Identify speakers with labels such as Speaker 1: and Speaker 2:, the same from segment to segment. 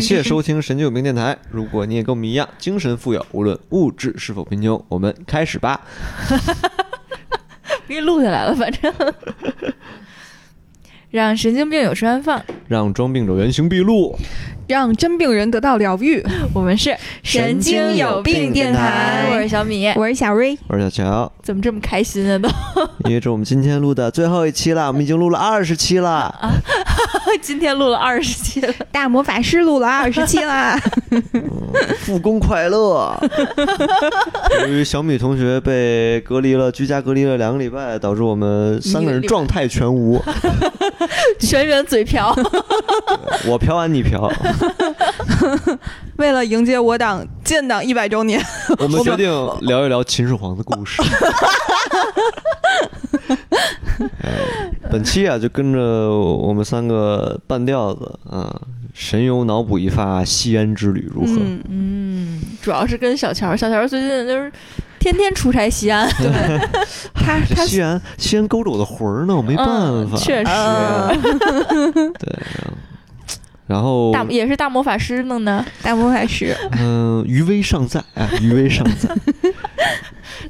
Speaker 1: 谢收听神经有病电台。如果你也跟我们一样精神富有，无论物质是否贫穷，我们开始吧。
Speaker 2: 给录下来了，反正让神经病有处安放，
Speaker 1: 让装病者原形毕露。
Speaker 3: 让真病人得到疗愈。
Speaker 2: 我们是
Speaker 1: 神经有病电台
Speaker 2: 我是小米，
Speaker 3: 我是小瑞，
Speaker 1: 我是小乔，
Speaker 2: 怎么这么开心啊？都
Speaker 1: 因为这是我们今天录的最后一期了，我们已经录了二十期了。
Speaker 2: 今天录了二十期了，
Speaker 3: 大魔法师 录了二十期啦，
Speaker 1: 复工快乐！由于小米同学被隔离了，居家隔离了两个礼拜，导致我们三个人状态全无。
Speaker 2: 全员嘴瓢。
Speaker 1: 我嫖完你嫖，
Speaker 3: 为了迎接我党建党一百周年，
Speaker 1: 我们决定聊一聊秦始皇的故事。 哎本期啊，就跟着我们三个半吊子啊，神游脑补一发西安之旅如何？
Speaker 3: 嗯，
Speaker 2: 嗯，主要是跟小乔，小乔最近就是天天出差西安，
Speaker 3: 他
Speaker 1: 这
Speaker 3: 他
Speaker 1: 西安，西安勾着我的魂儿呢，我没办法。
Speaker 2: 嗯确实
Speaker 1: 啊对。啊然后，
Speaker 2: 大也是大魔法师弄的。
Speaker 3: 大魔法师，
Speaker 1: 嗯、余威尚在，哎，余威尚 在。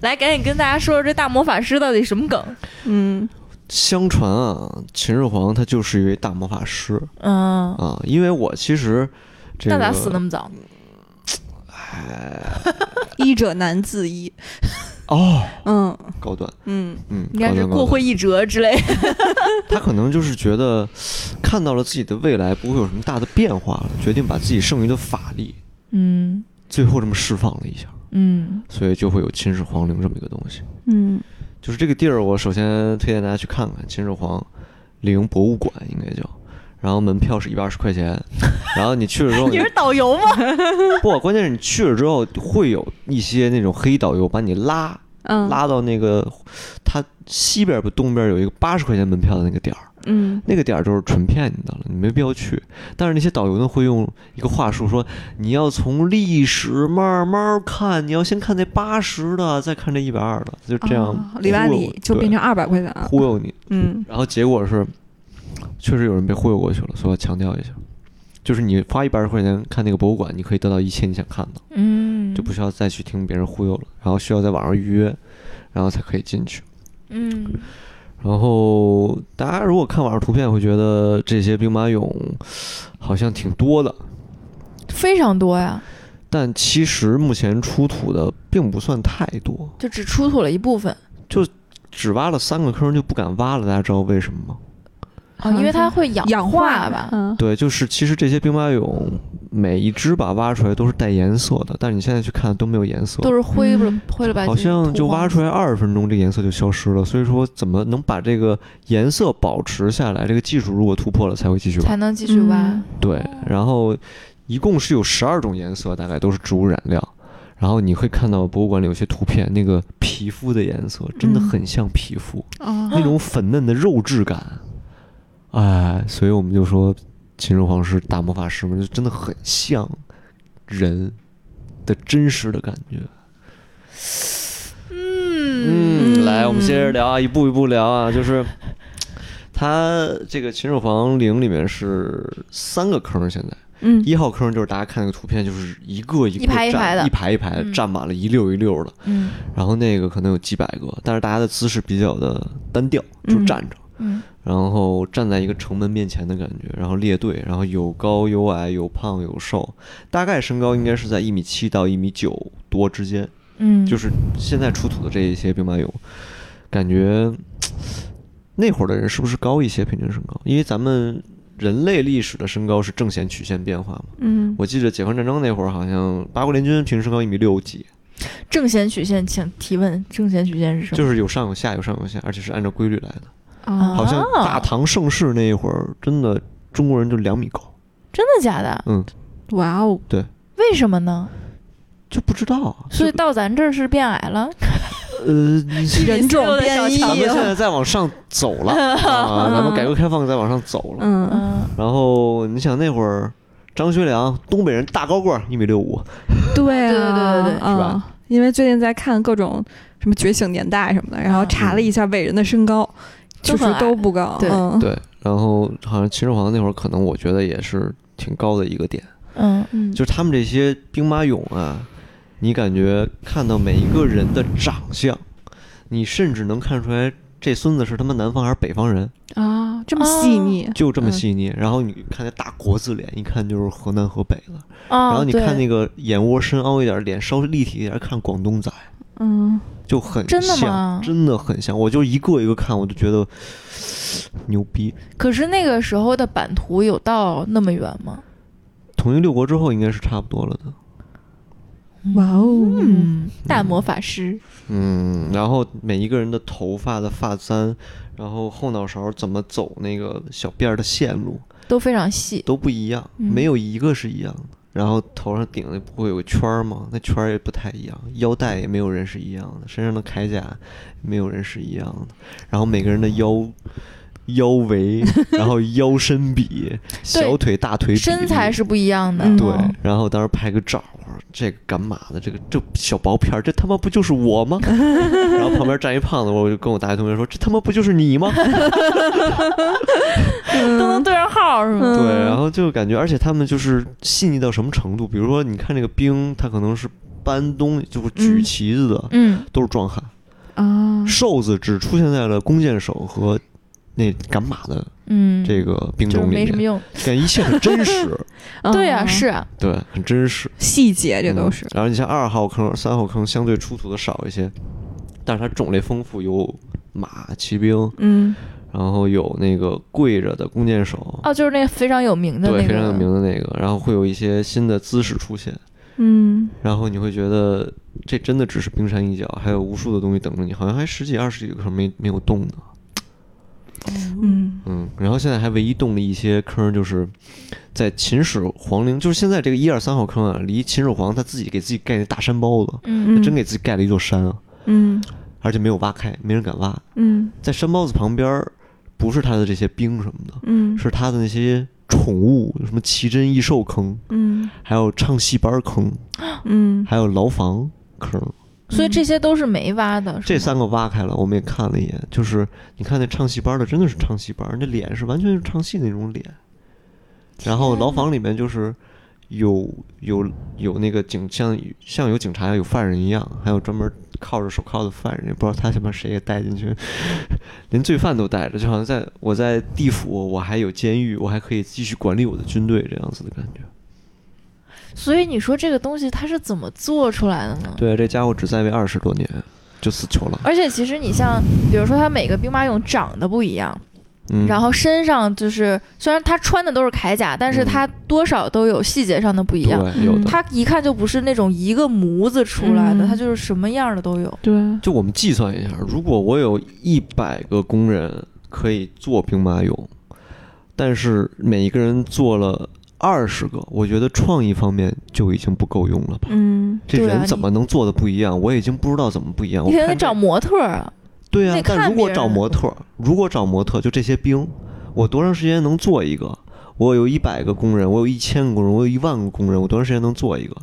Speaker 2: 来，赶紧跟大家说说这大魔法师到底什么梗？
Speaker 3: 嗯，
Speaker 1: 相传啊，秦始皇他就是一位大魔法师
Speaker 2: 嗯，
Speaker 1: 啊，因为我其实这
Speaker 2: 那
Speaker 1: 个
Speaker 2: 咋死那么早？
Speaker 3: 医者难自医。
Speaker 1: 哦，
Speaker 3: 嗯
Speaker 1: 高端，
Speaker 3: 嗯，
Speaker 1: 嗯，
Speaker 2: 应该是
Speaker 1: 高端
Speaker 2: 过会。一 折之类。
Speaker 1: 高端他可能就是觉得看到了自己的未来不会有什么大的变化了，决定把自己剩余的法力
Speaker 2: 嗯
Speaker 1: 最后这么释放了一下，
Speaker 2: 嗯
Speaker 1: 所以就会有秦始皇陵这么一个东西。
Speaker 3: 嗯，
Speaker 1: 就是这个地儿，我首先推荐大家去看看秦始皇陵博物馆，应该叫。然后门票是一百二十块钱， 然后你去了之后，
Speaker 2: 嗯你是导游吗？
Speaker 1: 不，关键是你去了之后会有一些那种黑导游把你拉
Speaker 3: 嗯，
Speaker 1: 拉到那个它西边不东边有一个八十块钱门票的那个点儿，
Speaker 3: 嗯
Speaker 1: 那个点儿就是纯骗你的了，你没必要去。但是那些导游呢会用一个话术说，你要从历史慢慢看，你要先看那八十的，再看这一百二的，就这样
Speaker 3: 哦
Speaker 1: 忽悠。
Speaker 3: 里外里就
Speaker 1: 对
Speaker 3: 变成二百块钱了。
Speaker 1: 忽悠你。
Speaker 3: 嗯
Speaker 1: 然后结果是，确实有人被忽悠过去了，所以我强调一下，就是你花一百二十块钱看那个博物馆，你可以得到一切你想看的，
Speaker 2: 嗯
Speaker 1: 就不需要再去听别人忽悠了，然后需要在网上预约，然后才可以进去。
Speaker 2: 嗯
Speaker 1: 然后大家如果看网上图片，会觉得这些兵马俑好像挺多的，
Speaker 2: 非常多呀，
Speaker 1: 但其实目前出土的并不算太多，
Speaker 2: 就只出土了一部分
Speaker 1: 只挖了三个坑就不敢挖了，大家知道为什么吗？
Speaker 2: 哦，因为它会氧
Speaker 3: 氧
Speaker 2: 化
Speaker 3: 化
Speaker 2: 吧？
Speaker 3: 嗯
Speaker 1: 对，就是其实这些兵马俑每一只吧挖出来都是带颜色的，但是你现在去看都没有颜色，
Speaker 2: 都是灰了
Speaker 3: 嗯
Speaker 2: 灰了吧唧，
Speaker 1: 好像就挖出
Speaker 2: 来。
Speaker 1: 来二十分钟，这个颜色就消失了。所以说，怎么能把这个颜色保持下来？这个技术如果突破了，才会继续挖。
Speaker 2: 才能继续挖，
Speaker 3: 嗯
Speaker 1: 对，然后一共是有十二种颜色，大概都是植物染料。然后你会看到博物馆里有些图片，那个皮肤的颜色真的
Speaker 3: 嗯
Speaker 1: 很像皮肤，
Speaker 3: 哦
Speaker 1: 那
Speaker 2: 嗯
Speaker 1: 种粉嫩的肉质感。哎，所以我们就说秦始皇是大魔法师嘛，就真的很像人的真实的感觉。嗯，来，我们接着聊啊，一步一步聊啊， 就是他这个秦始皇陵里面是三个坑，现在
Speaker 3: 嗯
Speaker 1: 一号坑就是大家看那个图片，就是一个一个
Speaker 2: 一排一
Speaker 1: 站
Speaker 2: 排的
Speaker 1: 一排一排的
Speaker 2: 嗯
Speaker 1: 站满了一溜一溜的，
Speaker 2: 嗯
Speaker 1: 然后那个可能有几百个，但是大家的姿势比较的单调，就
Speaker 3: 嗯
Speaker 1: 站着。
Speaker 2: 嗯
Speaker 1: 然后站在一个城门面前的感觉，然后列队，然后有高有矮，有胖有瘦，大概身高应该是在一米七到一米九多之间，
Speaker 2: 嗯，
Speaker 1: 就是现在出土的这一些兵马俑，感觉那会儿的人是不是高一些平均身高？因为咱们人类历史的身高是正弦曲线变化嘛。
Speaker 3: 嗯，
Speaker 1: 我记得解放战争那会儿，好像八国联军平均身高一米六几，
Speaker 2: 正弦曲线，请提问，正弦曲线是什么？
Speaker 1: 就是有上有下，有上有下，而且是按照规律来的。
Speaker 3: 哦
Speaker 1: 好像
Speaker 2: 啊
Speaker 1: 大唐盛世那一会儿，真的中国人就两米高，
Speaker 2: 真的假的？
Speaker 1: 嗯，
Speaker 3: 哇哦，
Speaker 2: 为什么呢？
Speaker 1: 就不知道啊。
Speaker 2: 所以
Speaker 1: 就
Speaker 2: 到咱这儿是变矮了，
Speaker 1: 呃，
Speaker 3: 人种变异
Speaker 1: 咱们现
Speaker 3: 了，
Speaker 1: 在再往上走 了啊，咱们改革开放再往上走了。
Speaker 3: 嗯，
Speaker 2: 嗯，
Speaker 1: 然后你想那会儿，张学良东北人大高个儿一米六五，
Speaker 3: 对
Speaker 2: 对对
Speaker 3: 啊，
Speaker 2: 对对
Speaker 3: 嗯
Speaker 1: 是吧
Speaker 3: 因为最近在看各种什么《觉醒年代》什么的，然后
Speaker 2: 嗯
Speaker 3: 查了一下伟人的身高，
Speaker 2: 都
Speaker 3: 确
Speaker 2: 很
Speaker 3: 实
Speaker 2: 矮
Speaker 3: 都不高。
Speaker 2: 对
Speaker 3: 嗯，
Speaker 1: 对。然后好像秦始皇那会儿可能我觉得也是挺高的一个点，
Speaker 2: 嗯
Speaker 3: 嗯
Speaker 1: 就是他们这些兵马俑啊，你感觉看到每一个人的长相，你甚至能看出来这孙子是他妈南方还是北方人，
Speaker 3: 啊，这么细腻，
Speaker 1: 就这么
Speaker 3: 嗯
Speaker 1: 细腻。然后你看那大国字脸，一看就是河南河北的。
Speaker 2: 啊，
Speaker 1: 然后你看
Speaker 2: 对
Speaker 1: 那个眼窝深凹一点，脸稍微立体一点，看广东仔
Speaker 3: 嗯，
Speaker 1: 就很
Speaker 2: 真的
Speaker 1: 像
Speaker 2: 吗，
Speaker 1: 真的很像。我就一个一个看，我就觉得牛逼。
Speaker 2: 可是那个时候的版图有到那么远吗？
Speaker 1: 统一六国之后，应该是差不多了的。
Speaker 3: 哇哦，
Speaker 2: 嗯，大魔法师，
Speaker 1: 嗯，然后每一个人的头发的发簪，然后后脑勺怎么走那个小辫儿的线路
Speaker 2: 都非常细，
Speaker 1: 都不一样，
Speaker 2: 嗯
Speaker 1: 没有一个是一样的。然后头上顶的不会有个圈儿吗？那圈儿也不太一样，腰带也没有人是一样的，身上的铠甲也没有人是一样的。然后每个人的腰
Speaker 2: 嗯
Speaker 1: 腰 围，然后腰身比、小腿、大腿比
Speaker 2: 身材
Speaker 1: 例
Speaker 2: 是不一样的。
Speaker 3: 嗯
Speaker 1: 对，然后当时拍个照，我说这个干嘛的？这个这小薄片儿，这他妈不就是我 吗？然后旁边站一胖子，我就跟我大学同学说，这他妈不就是你吗？
Speaker 2: 嗯都能对上号是
Speaker 3: 嗯
Speaker 2: 吗？
Speaker 1: 对，啊然后就感觉，而且他们就是细腻到什么程度？比如说，你看这个兵，他可能是搬东西，就是举
Speaker 3: 嗯
Speaker 1: 旗子的，
Speaker 2: 嗯，
Speaker 1: 都是壮汉，
Speaker 3: 啊，
Speaker 1: 瘦子只出现在了弓箭手和。那赶马的
Speaker 2: 嗯，
Speaker 1: 这个兵
Speaker 2: 就是
Speaker 1: 种
Speaker 2: 没
Speaker 1: 里
Speaker 2: 什么
Speaker 1: 面，
Speaker 2: 用。
Speaker 1: 感觉一切很真 实，
Speaker 2: 对呀，是啊，
Speaker 1: 对，很真实。
Speaker 3: 嗯细节，这都
Speaker 1: 嗯
Speaker 3: 是，
Speaker 1: 然后你像二号坑、三号坑相对出土的少一些，但是它种类丰富，有马、骑兵，
Speaker 3: 嗯
Speaker 1: 然后有那个跪着的弓箭手，
Speaker 2: 哦，就是那个非常有名的那
Speaker 1: 对，
Speaker 2: 个，
Speaker 1: 非常有名的那个，然后会有一些新的姿势出现，
Speaker 3: 嗯
Speaker 1: 然后你会觉得这真的只是冰山一角，还有无数的东西等着你，好像还十几、二十几个坑没没有动呢。
Speaker 3: 嗯
Speaker 1: 嗯，然后现在还唯一动的一些坑就是在秦始皇陵，就是现在这个一二三号坑啊，离秦始皇他自己给自己盖那大山包子，
Speaker 2: 嗯，
Speaker 1: 真给自己盖了一座山啊。
Speaker 3: 嗯
Speaker 1: 而且没有挖开，没人敢挖。
Speaker 3: 嗯
Speaker 1: 在山包子旁边儿，不是他的这些兵什么的，
Speaker 3: 嗯
Speaker 1: 是他的那些宠物，什么奇珍异兽坑，
Speaker 3: 嗯
Speaker 1: 还有唱戏班坑，
Speaker 3: 嗯
Speaker 1: 还有牢房坑。
Speaker 2: 所以这些都是没挖的，是吗
Speaker 1: 这三个挖开了，我们也看了一眼，就是你看那唱戏班的，真的是唱戏班，那脸是完全是唱戏那种脸。然后
Speaker 2: 天哪
Speaker 1: 牢房里面就是有有有那个警像像有警察有犯人一样，还有专门铐着手铐的犯人，也不知道他他妈谁也带进去， 连罪犯都带着，就好像在我在地府，我还有监狱，我还可以继续管理我的军队这样子的感觉。
Speaker 2: 所以你说这个东西它是怎么做出来的呢？
Speaker 1: 对，这家伙只在位二十多年就死囚了，
Speaker 2: 而且其实你像，比如说它每个兵马俑长得不一样，
Speaker 1: 嗯，
Speaker 2: 然后身上就是虽然他穿的都是铠甲，但是他多少都有细节上的不一样。
Speaker 1: 嗯对，有的。
Speaker 2: 他一看就不是那种一个模子出来的，
Speaker 3: 嗯
Speaker 2: 他就是什么样的都有。
Speaker 3: 对，
Speaker 1: 就我们计算一下，如果我有一百个工人可以做兵马俑，但是每一个人做了二十个，我觉得创意方面就已经不够用了吧？
Speaker 3: 嗯
Speaker 1: 这
Speaker 2: 对啊
Speaker 1: 人怎么能做的不一样？我已经不知道怎么不一样。
Speaker 2: 你
Speaker 1: 我
Speaker 2: 可能得
Speaker 1: 看这
Speaker 2: 找模特儿啊，
Speaker 1: 对啊
Speaker 2: 得，
Speaker 1: 但
Speaker 2: 看
Speaker 1: 如果
Speaker 2: 别
Speaker 1: 找
Speaker 2: 人
Speaker 1: 模特儿，如果找模特儿，就这些兵，我多长时间能做一个？我有一百个工人，我有一千个工人，我有一万个工人，我多长时间能做一个？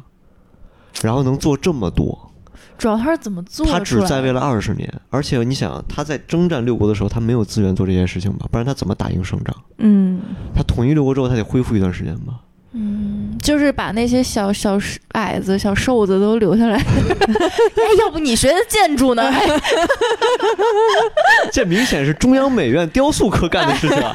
Speaker 1: 然后能做这么多，
Speaker 2: 主要他是怎么做出
Speaker 1: 他
Speaker 2: 来的？
Speaker 1: 只在位了二十年，而且你想，他在征战六国的时候，他没有资源做这件事情吧？不然他怎么打赢胜仗？
Speaker 3: 嗯
Speaker 1: 他统一六国之后，他得恢复一段时间吧？
Speaker 2: 嗯，就是把那些小小矮子、小瘦子都留下来。 哎，要不你学的建筑呢？哎
Speaker 1: 这明显是中央美院雕塑科干的事情啊！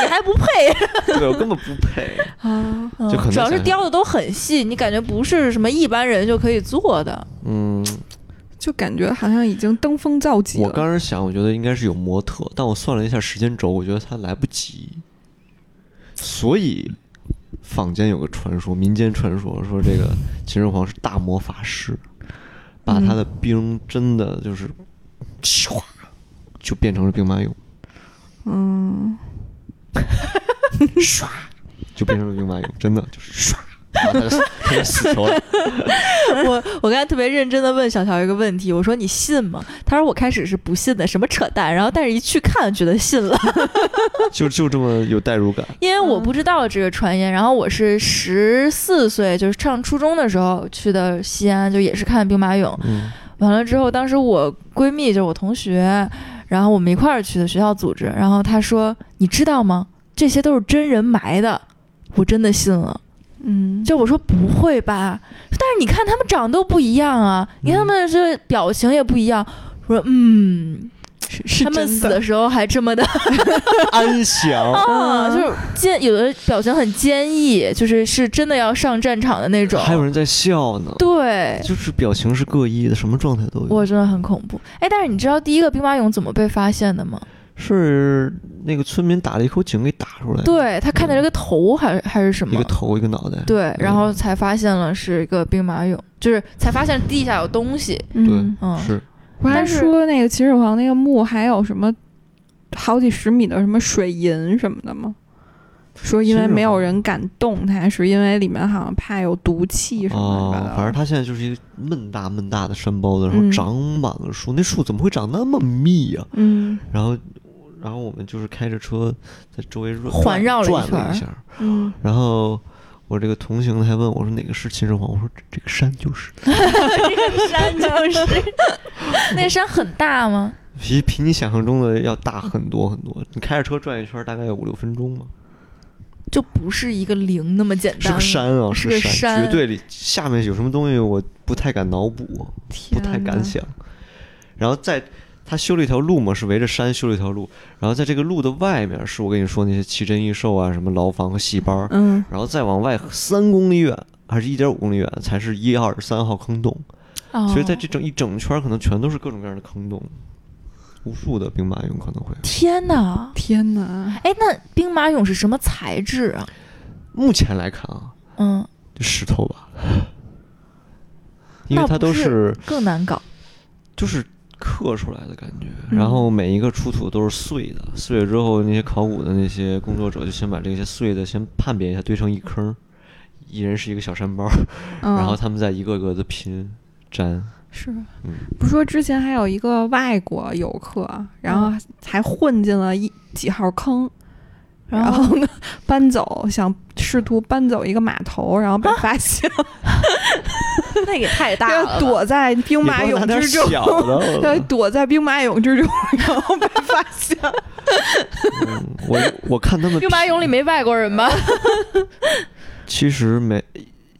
Speaker 2: 你还不配。
Speaker 1: 对我根本不配。
Speaker 3: 啊
Speaker 1: 就很难
Speaker 2: 主要
Speaker 1: 想
Speaker 2: 是
Speaker 1: 象
Speaker 2: 雕的都很细，你感觉不是什么一般人就可以做的。
Speaker 1: 嗯，
Speaker 3: 就感觉好像已经登峰造极了。
Speaker 1: 我刚开始想，我觉得应该是有模特，但我算了一下时间轴，我觉得他来不及。所以，坊间有个传说，民间传说说这个秦始皇是大魔法师，把他的兵真的就是，唰就变成了兵马俑。
Speaker 3: 嗯
Speaker 1: 唰，就变成了兵马俑，真的就是唰，然后他就死他就死球了。
Speaker 2: 我我刚才特别认真的问小乔一个问题，我说你信吗？他说我开始是不信的，什么扯淡，然后但是一去看觉得信了，
Speaker 1: 就就这么有代入感。
Speaker 2: 因为我不知道这个传言。然后我是十四岁，就是上初中的时候去的西安，就也是看兵马俑。
Speaker 1: 嗯
Speaker 2: 完了之后，当时我闺蜜就是我同学，然后我们一块儿去的学校组织，然后她说你知道吗？这些都是真人埋的，我真的信了。
Speaker 3: 嗯，
Speaker 2: 就我说不会吧，但是你看他们长都不一样啊，你看
Speaker 3: 嗯
Speaker 2: 他们这表情也不一样。我说嗯，
Speaker 3: 是是
Speaker 2: 他们
Speaker 3: 真
Speaker 2: 死
Speaker 3: 的
Speaker 2: 的时候还这么的，
Speaker 1: 安详，
Speaker 2: 啊，
Speaker 3: 嗯
Speaker 2: 就是坚有的表情很坚毅，就是是真的要上战场的那种。
Speaker 1: 还有人在笑呢，
Speaker 2: 对，
Speaker 1: 就是表情是各异的，什么状态都有。
Speaker 2: 哎我真的很恐怖。哎，但是你知道第一个兵马俑怎么被发现的吗？
Speaker 1: 是那个村民打了一口井给打出来，，
Speaker 2: 对他看到这个头还是还是什
Speaker 1: 一
Speaker 2: 么
Speaker 1: 个？头一个脑袋，
Speaker 2: 对，然后才发现了是一个兵马俑，就是才发现地下有东西。
Speaker 3: 嗯，
Speaker 2: 嗯，
Speaker 1: 是
Speaker 3: 我还
Speaker 2: 但是
Speaker 3: 说那个秦始皇那个墓还有什么好几十米的什么水银什么的吗？说因为没有人敢动它，是因为里面好像怕有毒气
Speaker 2: 嗯
Speaker 3: 什么
Speaker 1: 哦
Speaker 3: 的。，
Speaker 1: 反正它现在就是一个闷大闷大的山包子，然后
Speaker 3: 嗯
Speaker 1: 长满了树，那树怎么会长那么密呀、
Speaker 3: 嗯
Speaker 1: 然后，然后我们就是开着车在周围转
Speaker 2: 环绕了一
Speaker 1: 转
Speaker 2: 圈
Speaker 1: 了
Speaker 2: 儿
Speaker 1: 一下儿，
Speaker 3: 嗯，
Speaker 1: 然后我这个同行的还问我说哪个是秦始皇，我说这这个山就是，
Speaker 2: 山就是 那山很大吗？
Speaker 1: 比比你想象中的要大很多很多。你开着车转一圈儿大概有五六分钟嘛，
Speaker 2: 就不是一个零那么简单，
Speaker 1: 是个山啊，
Speaker 2: 是
Speaker 1: 个
Speaker 2: 个山
Speaker 1: 绝对里下面有什么东西我不太敢脑补，不
Speaker 3: 天
Speaker 1: 太
Speaker 3: 哪
Speaker 1: 敢想。然后在他修了一条路嘛，是围着山修了一条路，然后在这个路的外面是我跟你说那些奇珍异兽啊，什么牢房和戏班儿，
Speaker 3: 嗯，
Speaker 1: 然后再往外三公里远，还是一点五公里远，才是一二三号坑洞。
Speaker 2: 哦。
Speaker 1: 所以在这整一整圈，可能全都是各种各样的坑洞，无数的兵马俑可能会。
Speaker 2: 天哪！
Speaker 3: 天哪！
Speaker 2: 哎，那兵马俑是什么材质啊？
Speaker 1: 目前来看啊，
Speaker 2: 嗯，
Speaker 1: 就石头吧， 因为
Speaker 2: 那
Speaker 1: 它
Speaker 2: 不
Speaker 1: 都
Speaker 2: 是
Speaker 1: 是
Speaker 2: 更难搞。
Speaker 1: 就是刻出来的感觉，
Speaker 3: 嗯
Speaker 1: 然后每一个出土都是碎的，碎了之后，那些考古的那些工作者就先把这些碎的先判别一下，堆成一坑儿，一人是一个小山包儿，
Speaker 3: 嗯、
Speaker 1: 然后他们再一个个的拼粘。
Speaker 3: 是
Speaker 1: 嗯，
Speaker 3: 不说之前还有一个外国游客，然后
Speaker 2: 嗯
Speaker 3: 还混进了一几号坑，
Speaker 2: 然
Speaker 3: 然后呢搬走，想试图搬走一个码头，然后被发现，
Speaker 2: 那也太 大
Speaker 3: 要躲在兵马
Speaker 1: 也不能拿
Speaker 3: 俑
Speaker 1: 点
Speaker 3: 之中
Speaker 1: 小，的
Speaker 3: 对，躲在兵马俑之中，然后被发现。
Speaker 1: 嗯我我看他们
Speaker 2: 兵马俑里没外国人吧？
Speaker 1: 其实没，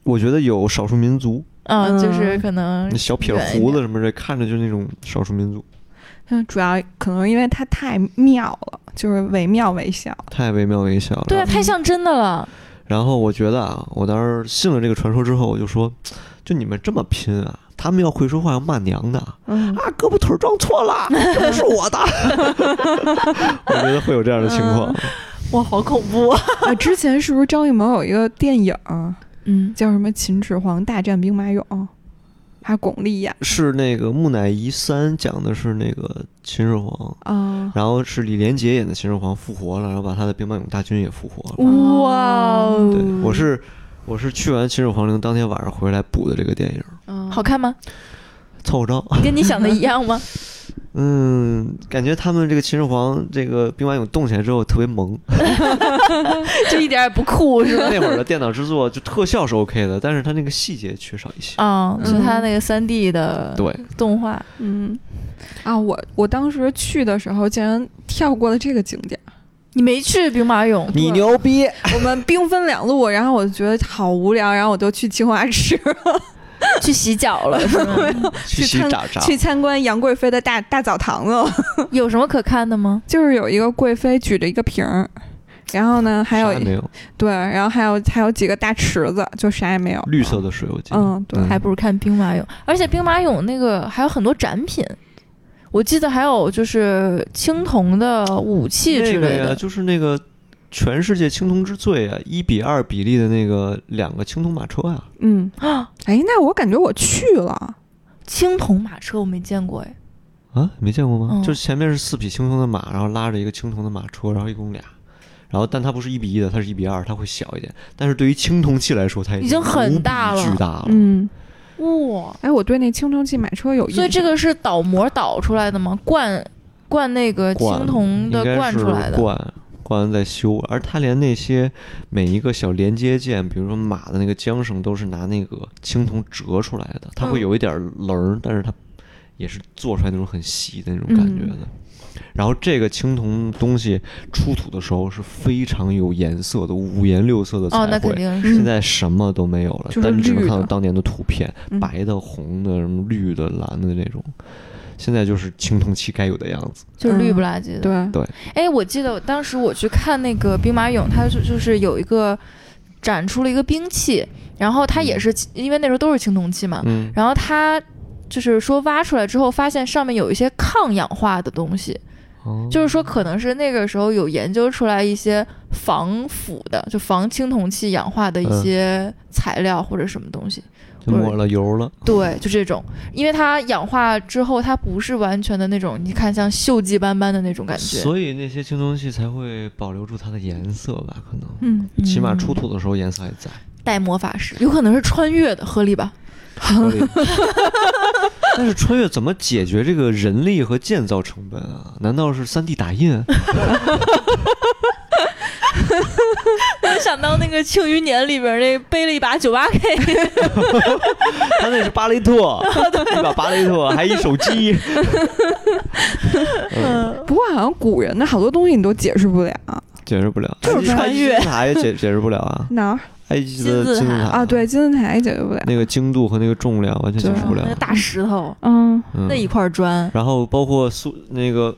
Speaker 1: 我觉得有少数民族，
Speaker 2: 嗯，
Speaker 3: 嗯
Speaker 2: 就是可能
Speaker 1: 那小撇
Speaker 2: 远一
Speaker 1: 胡
Speaker 2: 点
Speaker 1: 子什么的，看着就那种少数民族，
Speaker 3: 嗯，主要可能因为它太妙了，就是惟妙惟 肖。
Speaker 1: 太惟妙惟肖了。
Speaker 2: 对啊，太像真的了。
Speaker 1: 然后我觉得啊，我当时信了这个传说之后，我就说，就你们这么拼啊，他们要会说话要骂娘的啊，
Speaker 3: 嗯，
Speaker 1: 啊胳膊腿儿装错了，这不是我的。我觉得会有这样的情况，
Speaker 2: 哇，好恐怖啊！
Speaker 3: 啊，之前是不是张艺谋有一个电影儿
Speaker 2: 嗯，
Speaker 3: 叫什么《秦始皇大战兵马俑》，还巩俐演
Speaker 1: 是那个木乃伊三讲的是那个秦始皇。
Speaker 3: 啊？
Speaker 1: 然后是李连杰演的秦始皇复活了，然后把他的兵马俑大军也复活了。
Speaker 2: 嗯
Speaker 3: 哇哦！
Speaker 1: 对，我是我是去完《秦始皇陵》当天晚上回来补的这个电影，
Speaker 3: 嗯
Speaker 2: 好看吗？
Speaker 1: 凑合着。
Speaker 2: 跟你想的一样 吗？
Speaker 1: 嗯，感觉他们这个秦始皇这个兵马俑动起来之后特别萌。
Speaker 2: 就一点也不酷是吧？
Speaker 1: 那会儿的电脑制作就特效是 OK 的，但是它那个细节缺少一些。
Speaker 2: 啊，
Speaker 3: 嗯
Speaker 2: 就他那个三 D 的
Speaker 1: 对，
Speaker 2: 动画，
Speaker 3: 嗯，啊，我我当时去的时候竟然跳过了这个景点儿，
Speaker 2: 你没去兵马俑，
Speaker 1: 你牛逼！
Speaker 3: 我们兵分两路，然后我就觉得好无聊，然后我就去青花池
Speaker 2: 去洗 脚了是吗？
Speaker 1: 去洗
Speaker 3: 看
Speaker 1: 渣渣，
Speaker 3: 去参观杨贵妃的大大澡堂子了，
Speaker 2: 有什么可看的吗？
Speaker 3: 就是有一个贵妃举着一个瓶儿。然后呢，还有哦
Speaker 1: 啥也没有
Speaker 3: 对，然后还有还有几个大池子，就啥也没有。
Speaker 1: 绿色的水，我记得。
Speaker 3: 嗯，对，
Speaker 2: 还不如看兵马俑，而且兵马俑那个还有很多展品。我记得还有就是青铜的武器之
Speaker 1: 那个
Speaker 2: 类
Speaker 1: 呀，
Speaker 2: 的，
Speaker 1: 就是那个全世界青铜之最啊，一比二比例的那个两个青铜马车啊，
Speaker 3: 嗯，
Speaker 2: 啊，
Speaker 3: 哎，那我感觉我去了，
Speaker 2: 青铜马车我没见过哎，
Speaker 1: 啊，没见过吗？
Speaker 2: 嗯
Speaker 1: 就是前面是四匹青铜的马，然后拉着一个青铜的马车，然后一共俩。然后，但它不是一比一的，它是一比二，它会小一点。但是对于青铜器来说，它
Speaker 2: 已经很
Speaker 1: 无比
Speaker 2: 大了
Speaker 1: 巨大了。
Speaker 3: 嗯，
Speaker 2: 哇，
Speaker 3: 哎，我对那青铜器买车有印
Speaker 2: 所以这
Speaker 3: 象，
Speaker 2: 个是倒模倒出来的吗？灌灌那个呃青
Speaker 1: 灌
Speaker 2: 铜的
Speaker 1: 应该
Speaker 2: 灌
Speaker 1: 是
Speaker 2: 出来的，
Speaker 1: 灌灌完再修，而它连那些每一个小连接件，比如说马的
Speaker 2: 嗯
Speaker 1: 那个缰绳，都是拿那个青铜折出来的，它会有一点棱儿，但是它也是做出来那种很细的那种感觉的。
Speaker 2: 嗯
Speaker 1: 然后这个青铜东西出土的时候是非常有颜色的，五颜六色的彩绘。
Speaker 2: 哦，那肯定是
Speaker 1: 现在什么都没有了，
Speaker 3: 就是
Speaker 1: 但你只能
Speaker 3: 绿
Speaker 1: 看到
Speaker 3: 的
Speaker 1: 当年的图片，
Speaker 3: 嗯
Speaker 1: 白的、红的、什么绿的、蓝的那种。现在就是青铜器该有的样子。
Speaker 2: 就是绿不拉几的。
Speaker 3: 对，
Speaker 2: 哎，我记得当时我去看那个兵马俑，它就就是有一个展出了一个兵器，然后它也是因为那时候都是青铜器嘛，
Speaker 1: 嗯，
Speaker 2: 然后它就是说挖出来之后，发现上面有一些抗氧化的东西，
Speaker 1: 哦
Speaker 2: 就是说可能是那个时候有研究出来一些防腐的，就防青铜器氧化的
Speaker 1: 嗯
Speaker 2: 一些材料或者什么东西。
Speaker 1: 就抹了油了。
Speaker 2: 对，就这种，因为它氧化之后，它不是完全的那种，你看像锈迹斑斑的那种感觉。
Speaker 1: 所以那些青铜器才会保留住它的颜色吧？可能，
Speaker 3: 嗯，
Speaker 1: 起码出
Speaker 2: 嗯
Speaker 1: 土的时候颜色还在。
Speaker 2: 带魔法师，有可能是穿越的，合理吧？
Speaker 1: 合理但是穿越怎么解决这个人力和建造成本啊？难道是三 D 打印？
Speaker 2: 我想到那个《庆余年》里边那背了一把九八 K，
Speaker 1: 他那是巴雷 特，一把巴雷特，还一手机。嗯，
Speaker 3: 不过好像古人的好多东西你都解释不了，
Speaker 1: 解释不了，
Speaker 3: 就是穿。
Speaker 2: 越
Speaker 1: 埃及金字塔也解解释不了啊
Speaker 3: 哪儿
Speaker 1: 埃及的
Speaker 2: 金字塔
Speaker 1: 金字塔
Speaker 3: 啊？对，金字塔也解决不了。
Speaker 1: 那个精度和那个重量完全解释不
Speaker 2: 那个
Speaker 1: 了。
Speaker 2: 大石头，
Speaker 3: 嗯，
Speaker 1: 嗯
Speaker 2: 那一块砖，
Speaker 1: 然后包括苏那个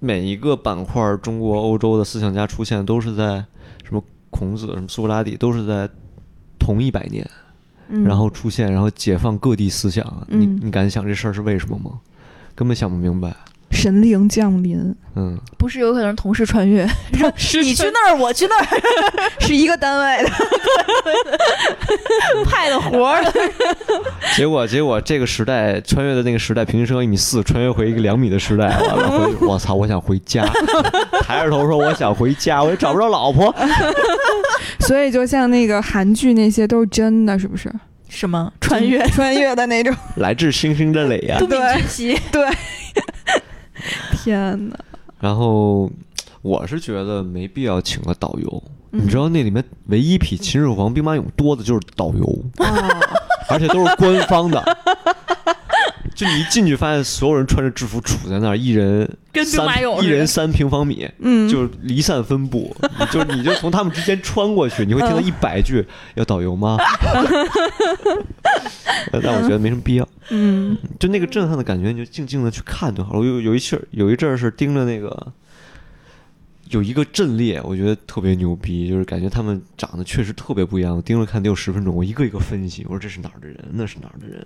Speaker 1: 每一个板块儿，中国、欧洲的思想家出现都是在什么孔子、什么苏格拉底，都是在同一百年，
Speaker 3: 嗯
Speaker 1: 然后出现，然后解放各地思想。啊你
Speaker 3: 嗯
Speaker 1: 你敢想这事儿是为什么吗？根本想不明白。
Speaker 3: 神灵降临
Speaker 1: 嗯，
Speaker 2: 不是有可能同时穿 越？你去那儿，我去那儿，
Speaker 3: 是一个单位的，
Speaker 2: 派的活儿。
Speaker 1: 结果结果这个时代穿越的那个时代，平均身高一米四，穿越回一个两米的时代，完了回我操，我想回家，抬着头说我想回家，我也找不着老婆。
Speaker 3: 所以就像那个韩剧那些都是真的，是不是？
Speaker 2: 什么穿越？
Speaker 3: 穿越的 那种。
Speaker 1: 来自星星的泪呀、啊
Speaker 2: 杜比之奇，
Speaker 3: 天哪！
Speaker 1: 然后我是觉得没必要请个导游，
Speaker 2: 嗯
Speaker 1: 你知道那里面唯一比秦始皇兵马俑多的就是导游，
Speaker 3: 哦，
Speaker 1: 而且都是官方的。就你一进去，发现所有人穿着制服杵在那儿，一人
Speaker 2: 跟兵
Speaker 1: 三
Speaker 2: 马俑似的
Speaker 1: 一人三平方米，
Speaker 3: 嗯，
Speaker 1: 就是离散分布，你就你就从他们之间穿过去，你会听
Speaker 2: 嗯
Speaker 1: 到一百句“要导游吗？” 呃但我觉得没什么必要，
Speaker 3: 嗯，
Speaker 1: 就那个震撼的感觉，你就静静的去看就好了。我有有一阵儿有一阵儿是盯着那个。有一个阵列，我觉得特别牛逼，就是感觉他们长得确实特别不一样。我盯着看得有十分钟，我一个一个分析，我说这是哪儿的人，那是哪儿的人，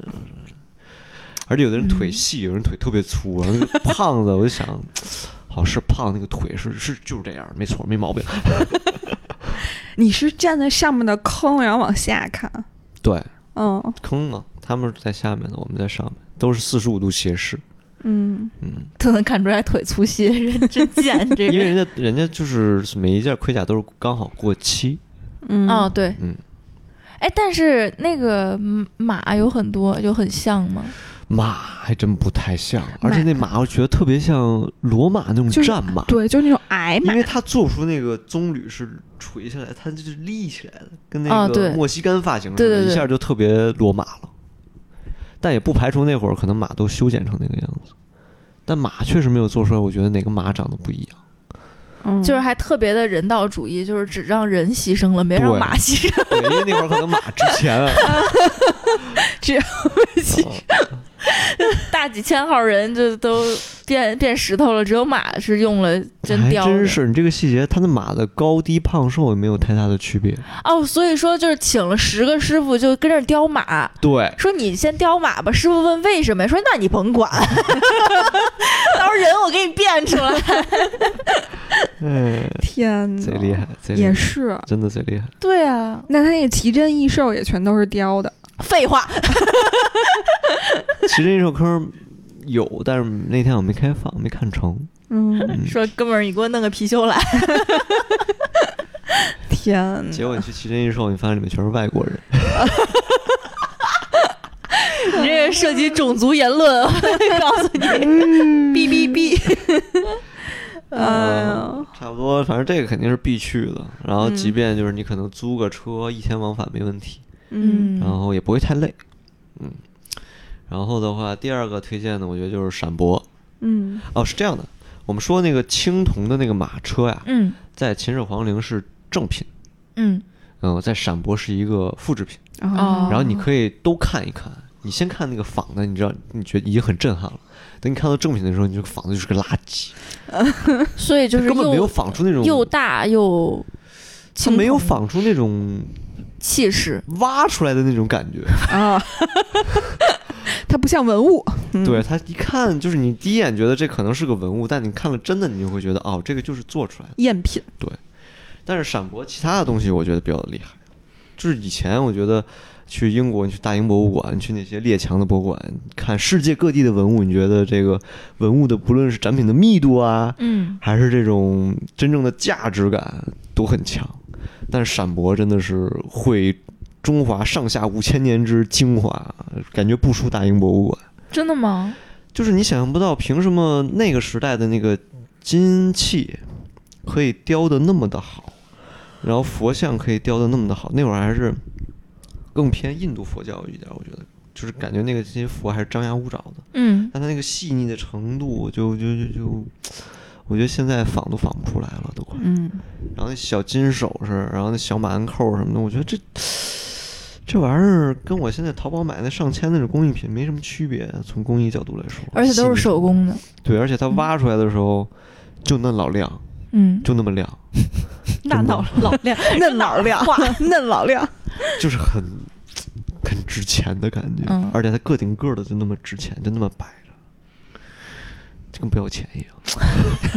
Speaker 1: 而且有的人腿细，有人腿特别粗，然后那个胖子，我就想，好是胖，那个腿是是就是这样，没错，没毛病。
Speaker 3: 你是站在上面的坑，然后往下看。
Speaker 1: 对，
Speaker 3: 嗯
Speaker 1: 坑嘛，他们是在下面的，我们在上面，都是四十五度斜视。
Speaker 3: 嗯，
Speaker 1: 嗯，
Speaker 2: 都能看出来腿粗 细，人真 贱，这
Speaker 1: 因为
Speaker 2: 人。
Speaker 1: 人家人家就是每一件盔甲都是刚好过期。
Speaker 3: 嗯
Speaker 2: 哦，对，
Speaker 1: 嗯，
Speaker 2: 哎，但是那个嗯马有很多，有很像吗？
Speaker 1: 马还真不太像，而且那马我觉得特别像罗马那种
Speaker 3: 就是
Speaker 1: 战马，
Speaker 3: 对，就是那种矮
Speaker 1: 因
Speaker 3: 马
Speaker 1: 为，它做出那个棕榈是垂下来，它就是立起来的，跟那
Speaker 2: 哦对
Speaker 1: 个莫西干发型似
Speaker 2: 对对
Speaker 1: 的，
Speaker 2: 对
Speaker 1: 一下就特别罗马了。但也不排除那会儿可能马都修剪成那个样子，但马确实没有做出来，我觉得哪个马长得不一样。
Speaker 3: 嗯
Speaker 2: 就是还特别的人道主义，就是只让人牺牲了，没让
Speaker 1: 对
Speaker 2: 马牺牲。
Speaker 1: 对，因为那会儿可能马值钱啊，哦
Speaker 2: 只要大几千号人就都变变石头了，只有马是用了真
Speaker 1: 还
Speaker 2: 雕
Speaker 1: 真
Speaker 2: 的。
Speaker 1: 是你这个细节，它的马的高低胖瘦也没有太大的区别。
Speaker 2: 哦，所以说就是请了十个师傅就跟这儿雕马，
Speaker 1: 对，
Speaker 2: 说你先雕马吧。师傅问为什么，说那你甭管， 到时候人我给你变出来。
Speaker 1: 嗯，
Speaker 3: 天哪，
Speaker 1: 贼厉害，贼厉
Speaker 3: 嗯也
Speaker 1: 害，
Speaker 3: 是。
Speaker 1: 真的贼厉害。
Speaker 2: 对啊，
Speaker 3: 那他那个奇珍异兽也全都是雕的，
Speaker 2: 废话，
Speaker 1: 其实那首歌有，但是那天我没开放，没看成。
Speaker 3: 嗯，
Speaker 1: 嗯，
Speaker 2: 说哥们儿，你给我弄个貔貅 来。
Speaker 3: 天
Speaker 1: 结
Speaker 3: 哪，
Speaker 1: 果你去奇珍异兽，你发现里面全是外国人。
Speaker 2: 你这个涉及种族言论，我告诉你，
Speaker 1: 嗯
Speaker 2: 哔哔哔。
Speaker 3: 哎呦，
Speaker 1: 呃差不多，反正这个肯定是必去的。然后，
Speaker 3: 嗯
Speaker 1: 即便就是你可能租个车，一天往返没问题，
Speaker 3: 嗯，
Speaker 1: 然后也不会太累。嗯，然后的话，第二个推荐的，我觉得就是陕博。
Speaker 3: 嗯
Speaker 1: 哦，是这样的，我们说那个青铜的那个马车呀，
Speaker 2: 嗯
Speaker 1: 在秦始皇陵是正品，
Speaker 2: 嗯
Speaker 1: 嗯，在陕博是一个复制品。
Speaker 3: 嗯
Speaker 2: 哦
Speaker 1: 然 后你可以都看一看，你先看那个仿的，你知道，你觉得已经很震撼了。等你看到正品的时候，你这个仿的就是个垃圾，
Speaker 2: 所以就是
Speaker 1: 根本
Speaker 2: 又
Speaker 1: 没有仿出那种，
Speaker 2: 又大又
Speaker 1: 它
Speaker 2: 青
Speaker 1: 没有
Speaker 2: 铜
Speaker 1: 仿出那种
Speaker 2: 气势，
Speaker 1: 挖出来的那种感觉。
Speaker 3: 啊，它不像文物，嗯
Speaker 1: 对，它一看就是你第一眼觉得这可能是个文物，但你看了真的，你就会觉得哦，这个就是做出来的。
Speaker 3: 赝品。
Speaker 1: 但是陕博其他的东西，我觉得比较厉害。就是以前我觉得去英国，你去大英博物馆，你去那些列强的博物馆，看世界各地的文物，你觉得这个文物的不论是展品的密度啊，
Speaker 2: 嗯
Speaker 1: 还是这种真正的价值感都很强。但是陕博真的是会中华上下五千年之精华，感觉不输大英博物馆。
Speaker 2: 真的吗？
Speaker 1: 就是你想象不到，凭什么那个时代的那个金器可以雕的那么的好，然后佛像可以雕的那么的好？那会儿还是更偏印度佛教一点，我觉得就是感觉那个这些佛还是张牙舞爪的，
Speaker 2: 嗯，
Speaker 1: 但它那个细腻的程度就，就就就我觉得现在仿都仿不出来了，都快。
Speaker 3: 嗯，
Speaker 1: 然后那小金首饰，然后那小马鞍扣什么的，我觉得这这玩意儿跟我现在淘宝买那上千那种工艺品没什么区别，从工艺角度来说，
Speaker 2: 而且都是
Speaker 1: 细腻
Speaker 2: 手工的，
Speaker 1: 对，而且它挖出来的时候就那老亮，
Speaker 2: 嗯，
Speaker 1: 就那么亮，
Speaker 3: 那老老亮， 嫩老亮，嫩老亮。
Speaker 1: 就是很很值钱的感觉，
Speaker 2: 嗯
Speaker 1: 而且它个顶个儿的就那么值钱，就那么摆着，就跟不要钱一样。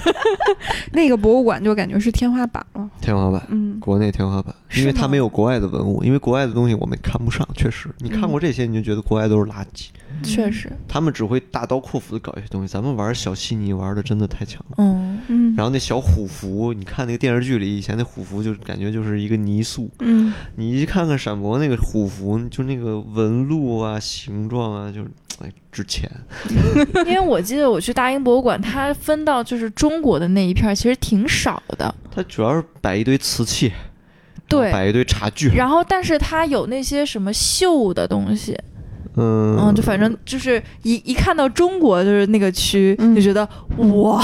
Speaker 3: 那个博物馆就感觉是天花板了。
Speaker 1: 天花板，
Speaker 3: 嗯
Speaker 1: 国内天花板，因为
Speaker 2: 是
Speaker 1: 它
Speaker 2: 吗
Speaker 1: 没有国外的文物，因为国外的东西我们看不上，确实，你看
Speaker 2: 嗯
Speaker 1: 过这些你就觉得国外都是垃圾，
Speaker 2: 确
Speaker 3: 嗯
Speaker 2: 实，
Speaker 1: 他们只会大刀阔斧的搞一些东西，咱们玩小细腻玩的真的太强了。
Speaker 2: 嗯
Speaker 3: 嗯
Speaker 1: 然后那小虎符，你看那个电视剧里，以前那虎符就是感觉就是一个泥塑，
Speaker 3: 嗯，
Speaker 1: 你一看看陕博那个虎符，就那个纹路啊、形状啊，就是哎值钱。
Speaker 2: 因为我记得我去大英博物馆，它分到就是中国的那一片儿，其实挺少的。
Speaker 1: 它主要是摆一堆瓷器，然后
Speaker 2: 对
Speaker 1: 摆一堆茶具，
Speaker 2: 然后，但是它有那些什么绣的东西，
Speaker 1: 嗯
Speaker 2: 嗯，就反正就是一一看到中国就是那个区，
Speaker 3: 嗯
Speaker 2: 就觉得哇，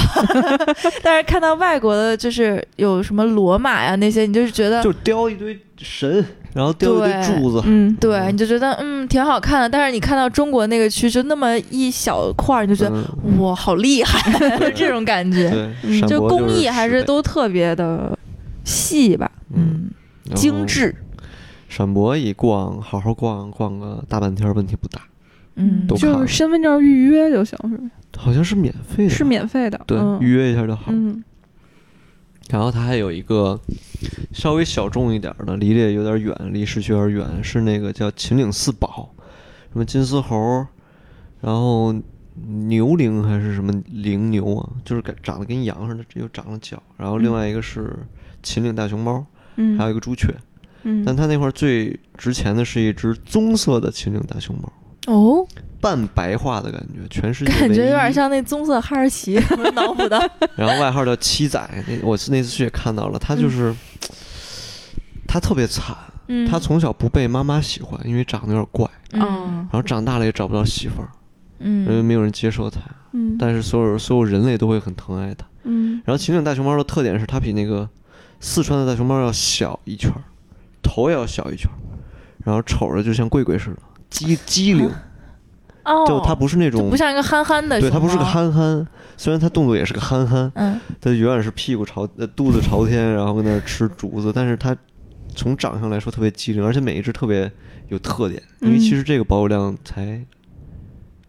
Speaker 2: 但是看到外国的，就是有什么罗马呀那些，你就是觉得
Speaker 1: 就雕一堆神，然后雕一堆
Speaker 2: 对
Speaker 1: 柱子，
Speaker 3: 嗯，
Speaker 2: 对，你就觉得嗯挺好看的。但是你看到中国那个区就那么一小块儿，你就觉得、
Speaker 1: 嗯
Speaker 2: 哇好厉害， 就
Speaker 1: 对
Speaker 2: 这种感觉，
Speaker 1: 对，陕
Speaker 2: 嗯就
Speaker 1: 博
Speaker 2: 工艺
Speaker 1: 是
Speaker 2: 还
Speaker 1: 十
Speaker 2: 是
Speaker 1: 倍
Speaker 2: 都特别的细吧，
Speaker 1: 嗯
Speaker 2: 嗯，精。致，
Speaker 1: 然后陕博一逛，好好逛逛个大半天，问题不大，
Speaker 2: 嗯，
Speaker 1: 都看
Speaker 3: 就
Speaker 1: 了
Speaker 3: 是身份证预约就行，是吧？
Speaker 1: 好像是免费的，
Speaker 3: 是免费的。
Speaker 1: 对，
Speaker 3: 嗯
Speaker 1: 预约一下就好。
Speaker 3: 嗯
Speaker 1: 然后它还有一个稍微小众一点儿的，离这有点远，离市区有点远，是那个叫秦岭四宝，什么金丝猴，然后牛羚还是什么羚牛啊，就是跟长得跟羊似的，这又长了角。然后另外一个是秦岭大熊猫，还有一
Speaker 3: 嗯
Speaker 1: 个朱雀。
Speaker 3: 嗯，
Speaker 1: 但它那块儿最值钱的是一只棕色的秦岭大熊猫，
Speaker 2: 哦，
Speaker 1: 半白化的感觉，全世界
Speaker 2: 感
Speaker 1: 唯
Speaker 2: 觉有点
Speaker 1: 一
Speaker 2: 像那棕色哈士奇，我脑补的，
Speaker 1: 然后外号叫七仔，那我是那次去也看到了，他就是、他特别惨，
Speaker 2: 嗯，
Speaker 1: 他从小不被妈妈喜欢，因为长得有点怪，
Speaker 2: 嗯
Speaker 1: 然后长大了也找不到媳妇儿，因为
Speaker 2: 嗯
Speaker 1: 没有人接受他。
Speaker 3: 嗯
Speaker 1: 但是所有所有人类都会很疼爱他。
Speaker 3: 嗯
Speaker 1: 然后秦岭大熊猫的特点是它比那个四川的大熊猫要小一圈儿，头也要小一圈儿，然后瞅着就像贵贵似的，机机灵，
Speaker 2: 哦，
Speaker 1: 就它不是那
Speaker 2: 就
Speaker 1: 种
Speaker 2: 不，像一个憨憨的，
Speaker 1: 对，它不是个，憨憨，虽然它动作也是个憨憨，
Speaker 2: 嗯
Speaker 1: 它永远是屁股朝呃肚子朝天，然后跟那儿吃竹子，但是它从长相来说特别机灵，而且每一只特别有特点，因为
Speaker 3: 嗯
Speaker 1: 其实这个保有量才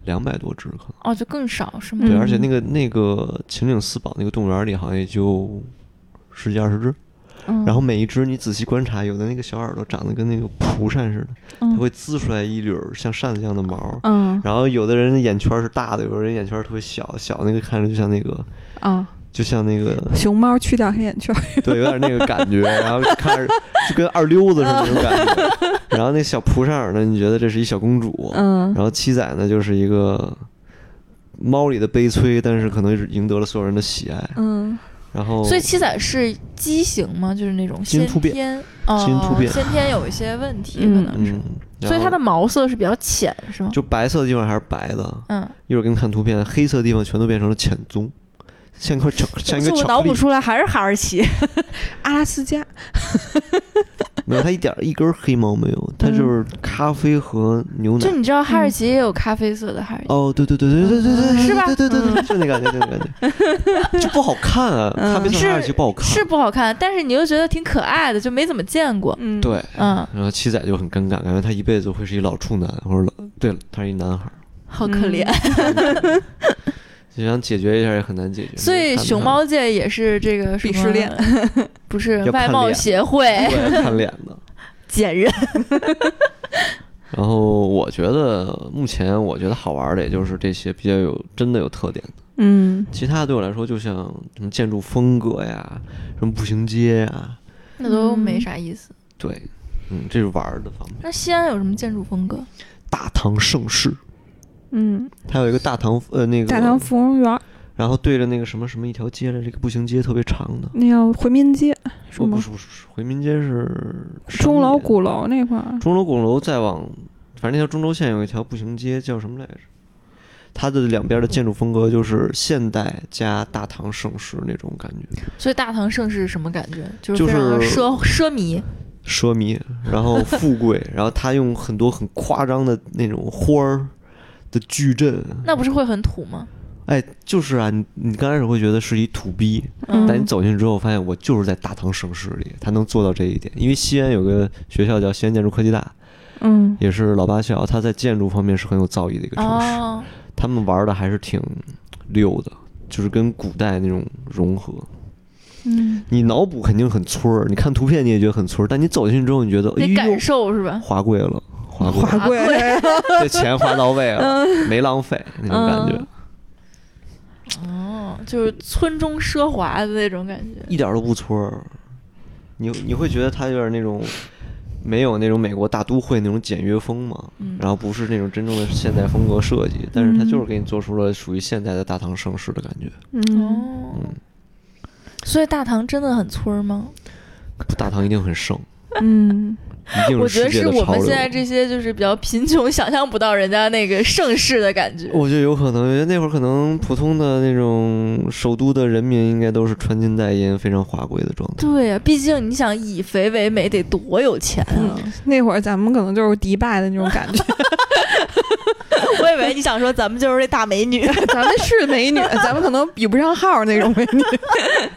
Speaker 1: 两百多只可能。
Speaker 2: 哦，就更少是吗？
Speaker 1: 对，
Speaker 3: 嗯
Speaker 1: 而且那个那个秦岭四宝那个动物园里好像也就十几二十只，
Speaker 3: 嗯，
Speaker 1: 然后每一只你仔细观察，有的那个小耳朵长得跟那个蒲扇似的，它
Speaker 3: 嗯
Speaker 1: 会滋出来一绺儿像扇子一样的毛，
Speaker 3: 嗯
Speaker 1: 然后有的人的眼圈是大的，有的人眼圈特别小，小那个看着就像那个
Speaker 3: 啊，
Speaker 1: 就像那个
Speaker 3: 熊猫去掉黑 眼圈儿，
Speaker 1: 对，有点那个感觉，然后就看着就跟二溜子似的那种感觉。
Speaker 2: 嗯
Speaker 1: 然后那小蒲扇儿呢，你觉得这是一小公主，
Speaker 3: 嗯
Speaker 1: 然后七仔呢就是一个猫里的悲催，但是可能是赢得了所有人的喜爱。
Speaker 3: 嗯
Speaker 1: 然后
Speaker 2: 所以七仔是畸形吗？就是那种
Speaker 1: 基因
Speaker 2: 先
Speaker 1: 突变
Speaker 2: 天哦，
Speaker 1: 基因突变
Speaker 2: 先天有一些问题，
Speaker 3: 嗯
Speaker 2: 可能是。
Speaker 1: 嗯，然
Speaker 2: 所以它
Speaker 1: 后
Speaker 2: 的毛色是比较浅，是吗？
Speaker 1: 就白色的地方还是白的，
Speaker 2: 嗯，
Speaker 1: 一会儿给你看图片，黑色的地方全都变成了浅棕，像一块巧，像一
Speaker 4: 是
Speaker 1: 个
Speaker 4: 我
Speaker 1: 巧
Speaker 4: 脑
Speaker 1: 克
Speaker 4: 补
Speaker 1: 力，
Speaker 4: 出来还是哈士奇，
Speaker 3: 阿拉斯加，
Speaker 1: 没有它一点儿一根儿黑毛没有，它就
Speaker 2: 嗯
Speaker 1: 是咖啡和牛奶
Speaker 2: 就。你知道哈士奇
Speaker 4: 嗯
Speaker 2: 也有咖啡色的哈士奇，
Speaker 1: 哦，对对对对对对对，
Speaker 2: 嗯是吧
Speaker 1: 对对对对，对就那感觉，就那感觉，就不好看啊，
Speaker 3: 嗯
Speaker 1: 咖啡色
Speaker 2: 是
Speaker 1: 哈士奇不好看，
Speaker 2: 是不好看，但是你又觉得挺可爱的，就没怎么见过。
Speaker 3: 嗯，
Speaker 1: 对，
Speaker 2: 嗯，
Speaker 1: 然后七仔就很尴尬，感觉他一辈子会是一老处男，或者老对，他是一男孩，
Speaker 4: 好可怜。
Speaker 1: 就想解决一下也很难解决。
Speaker 2: 所以
Speaker 1: 看不
Speaker 2: 熊
Speaker 1: 上
Speaker 2: 猫界也是这个什
Speaker 3: 鄙
Speaker 2: 么
Speaker 3: 视链，
Speaker 2: 不是
Speaker 1: 要看
Speaker 2: 外贸
Speaker 1: 脸
Speaker 2: 协会
Speaker 1: 对看脸的。
Speaker 4: 贱人，
Speaker 1: 然后我觉得目前我觉得好玩的，也就是这些比较有真的有特点的，
Speaker 3: 嗯，
Speaker 1: 其他对我来说就像什么建筑风格呀，什么步行街呀，
Speaker 2: 那都
Speaker 3: 嗯
Speaker 2: 没啥意思。
Speaker 1: 对，嗯，这是玩儿的方面。
Speaker 2: 那西安有什么建筑风格？
Speaker 1: 大唐盛世，
Speaker 3: 嗯，
Speaker 1: 它有一个大唐呃那个
Speaker 3: 大唐芙蓉园儿
Speaker 1: 然后对着那个什么什么一条街来，这个步行街特别长的。
Speaker 3: 那叫回民街是
Speaker 1: 哦不
Speaker 3: 吗？
Speaker 1: 是不是不是，回民街是商
Speaker 3: 钟楼
Speaker 1: 业
Speaker 3: 鼓楼那块儿，
Speaker 1: 钟楼鼓楼再往，反正那条中轴线有一条步行街，叫什么来着？它的两边的建筑风格就是现代加大唐盛世那种感觉，
Speaker 2: 所以大唐盛世是什么感觉？就
Speaker 1: 就是
Speaker 2: 非常的
Speaker 1: 是
Speaker 2: 奢奢靡。
Speaker 1: 奢靡，然后富 贵，然后它用很多很夸张的那种花儿的矩阵，
Speaker 2: 那不是会很土吗？
Speaker 1: 哎，就是啊，你你刚开始会觉得是一土逼，但你
Speaker 3: 嗯
Speaker 1: 走进去之后发现我就是在大唐盛世里，它能做到这一点，因为西安有个学校叫西安建筑科技大，
Speaker 3: 嗯，
Speaker 1: 也是老八校，它在建筑方面是很有造诣的一个城市。
Speaker 2: 哦，
Speaker 1: 他们玩的还是挺溜的，就是跟古代那种融合。
Speaker 3: 嗯，
Speaker 1: 你脑补肯定很村儿，你看图片你也觉得很村儿，但你走进去之后，你觉得哎
Speaker 2: 得感
Speaker 1: 呦，
Speaker 2: 受是吧？
Speaker 1: 花贵了，花贵
Speaker 4: 啊
Speaker 1: 啊
Speaker 2: 啊
Speaker 1: 了，
Speaker 3: 华
Speaker 1: 这
Speaker 3: 贵，
Speaker 1: 钱花到位了，没浪费那种感觉
Speaker 3: 嗯，
Speaker 2: 哦，就是村中奢华的那种感觉。
Speaker 1: 一点儿都不村儿。你你会觉得它有点那种没有那种美国大都会那种简约风嘛，
Speaker 2: 嗯
Speaker 1: 然后不是那种真正的现代风格设计，但是它
Speaker 3: 嗯
Speaker 1: 就是给你做出了属于现代的大唐盛世的感觉。
Speaker 3: 嗯，
Speaker 2: 哦
Speaker 1: 嗯，
Speaker 2: 所以大唐真的很村儿吗？
Speaker 1: 大唐一定很盛，
Speaker 3: 嗯，
Speaker 1: 一定
Speaker 2: 我
Speaker 1: 是
Speaker 2: 觉
Speaker 1: 世
Speaker 2: 得
Speaker 1: 界
Speaker 2: 是
Speaker 1: 的
Speaker 2: 我
Speaker 1: 潮
Speaker 2: 们
Speaker 1: 流。
Speaker 2: 现在这些就是比较贫穷，想象不到人家那个盛世的感觉。
Speaker 1: 我觉得有可能，因为那会儿可能普通的那种首都的人民应该都是穿金戴银、非常华贵的 状态。
Speaker 2: 对呀、啊毕竟你想以肥为美得多有钱
Speaker 1: 嗯
Speaker 2: 啊！
Speaker 3: 嗯那会儿咱们可能就是迪拜的那种感觉，
Speaker 4: 我以为你想说咱们就是那大美女，
Speaker 3: 咱们是美女，咱们可能比不上号那种美女，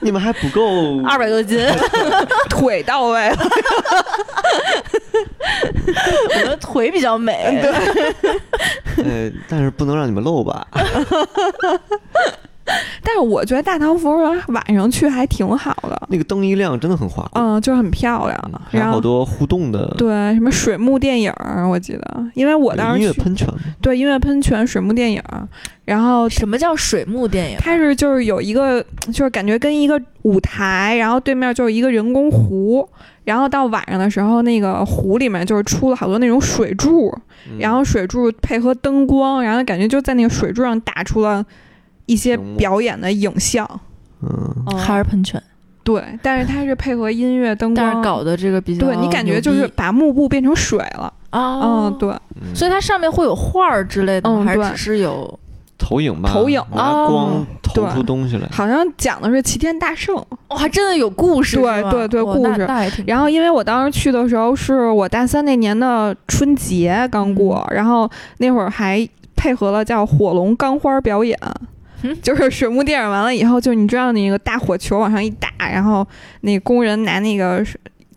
Speaker 1: 你们还不够
Speaker 2: 二百 多斤，
Speaker 3: 腿到位了，
Speaker 2: 我的腿比较
Speaker 1: 嗯
Speaker 2: 美。
Speaker 1: 呃，但是不能让你们漏 吧？
Speaker 3: 但是我觉得大唐芙蓉园晚上去还挺好的，
Speaker 1: 那个灯一亮，真的很华贵，
Speaker 3: 嗯，就是很漂
Speaker 1: 嗯
Speaker 3: 亮，
Speaker 1: 还有
Speaker 3: 然
Speaker 1: 好
Speaker 3: 后。
Speaker 1: 多互动的，
Speaker 3: 对，什么水幕电影儿，我记得，因为我当
Speaker 1: 音
Speaker 3: 时
Speaker 1: 乐
Speaker 3: 去
Speaker 1: 喷泉嘛，
Speaker 3: 对音乐喷泉、水幕电影儿，然后
Speaker 2: 什么叫水幕电影？
Speaker 3: 它是就是有一个，就是感觉跟一个舞台，然后对面就是一个人工湖，然后到晚上的时候，那个湖里面就是出了好多那种水柱，
Speaker 1: 嗯
Speaker 3: 然后水柱配合灯光，然后感觉就在那个水柱上打出了一些
Speaker 1: 屏幕
Speaker 3: 表演的影像。
Speaker 1: 嗯，
Speaker 3: 哦
Speaker 2: 还是喷泉，
Speaker 3: 对，但是它是配合音乐灯光，
Speaker 2: 但是搞的这个比较
Speaker 3: 对你感觉就是把幕布变成水了。
Speaker 2: 啊，
Speaker 3: 嗯，，对，
Speaker 1: 嗯
Speaker 2: 所以它上面会有画儿之类的吗？
Speaker 3: 嗯
Speaker 2: 还是
Speaker 3: 对
Speaker 2: 只是有？
Speaker 1: 投影吧，
Speaker 3: 投影啊
Speaker 1: 拿
Speaker 2: 哦
Speaker 1: 光投
Speaker 3: 对
Speaker 1: 出东西来，
Speaker 3: 好像讲的是齐天大圣。
Speaker 2: 哇，还真的有故事，
Speaker 3: 对
Speaker 2: 是吗
Speaker 3: 对对
Speaker 2: 哇
Speaker 3: 故
Speaker 2: 那
Speaker 3: 事
Speaker 2: 那还挺。
Speaker 3: 然后，因为我当时去的时候是我大三那年的春节刚过，然后那会儿还配合了叫火龙钢花表演，
Speaker 2: 嗯
Speaker 3: 就是水幕电影完了以后，就是你知道那个大火球往上一打，然后那工人拿那个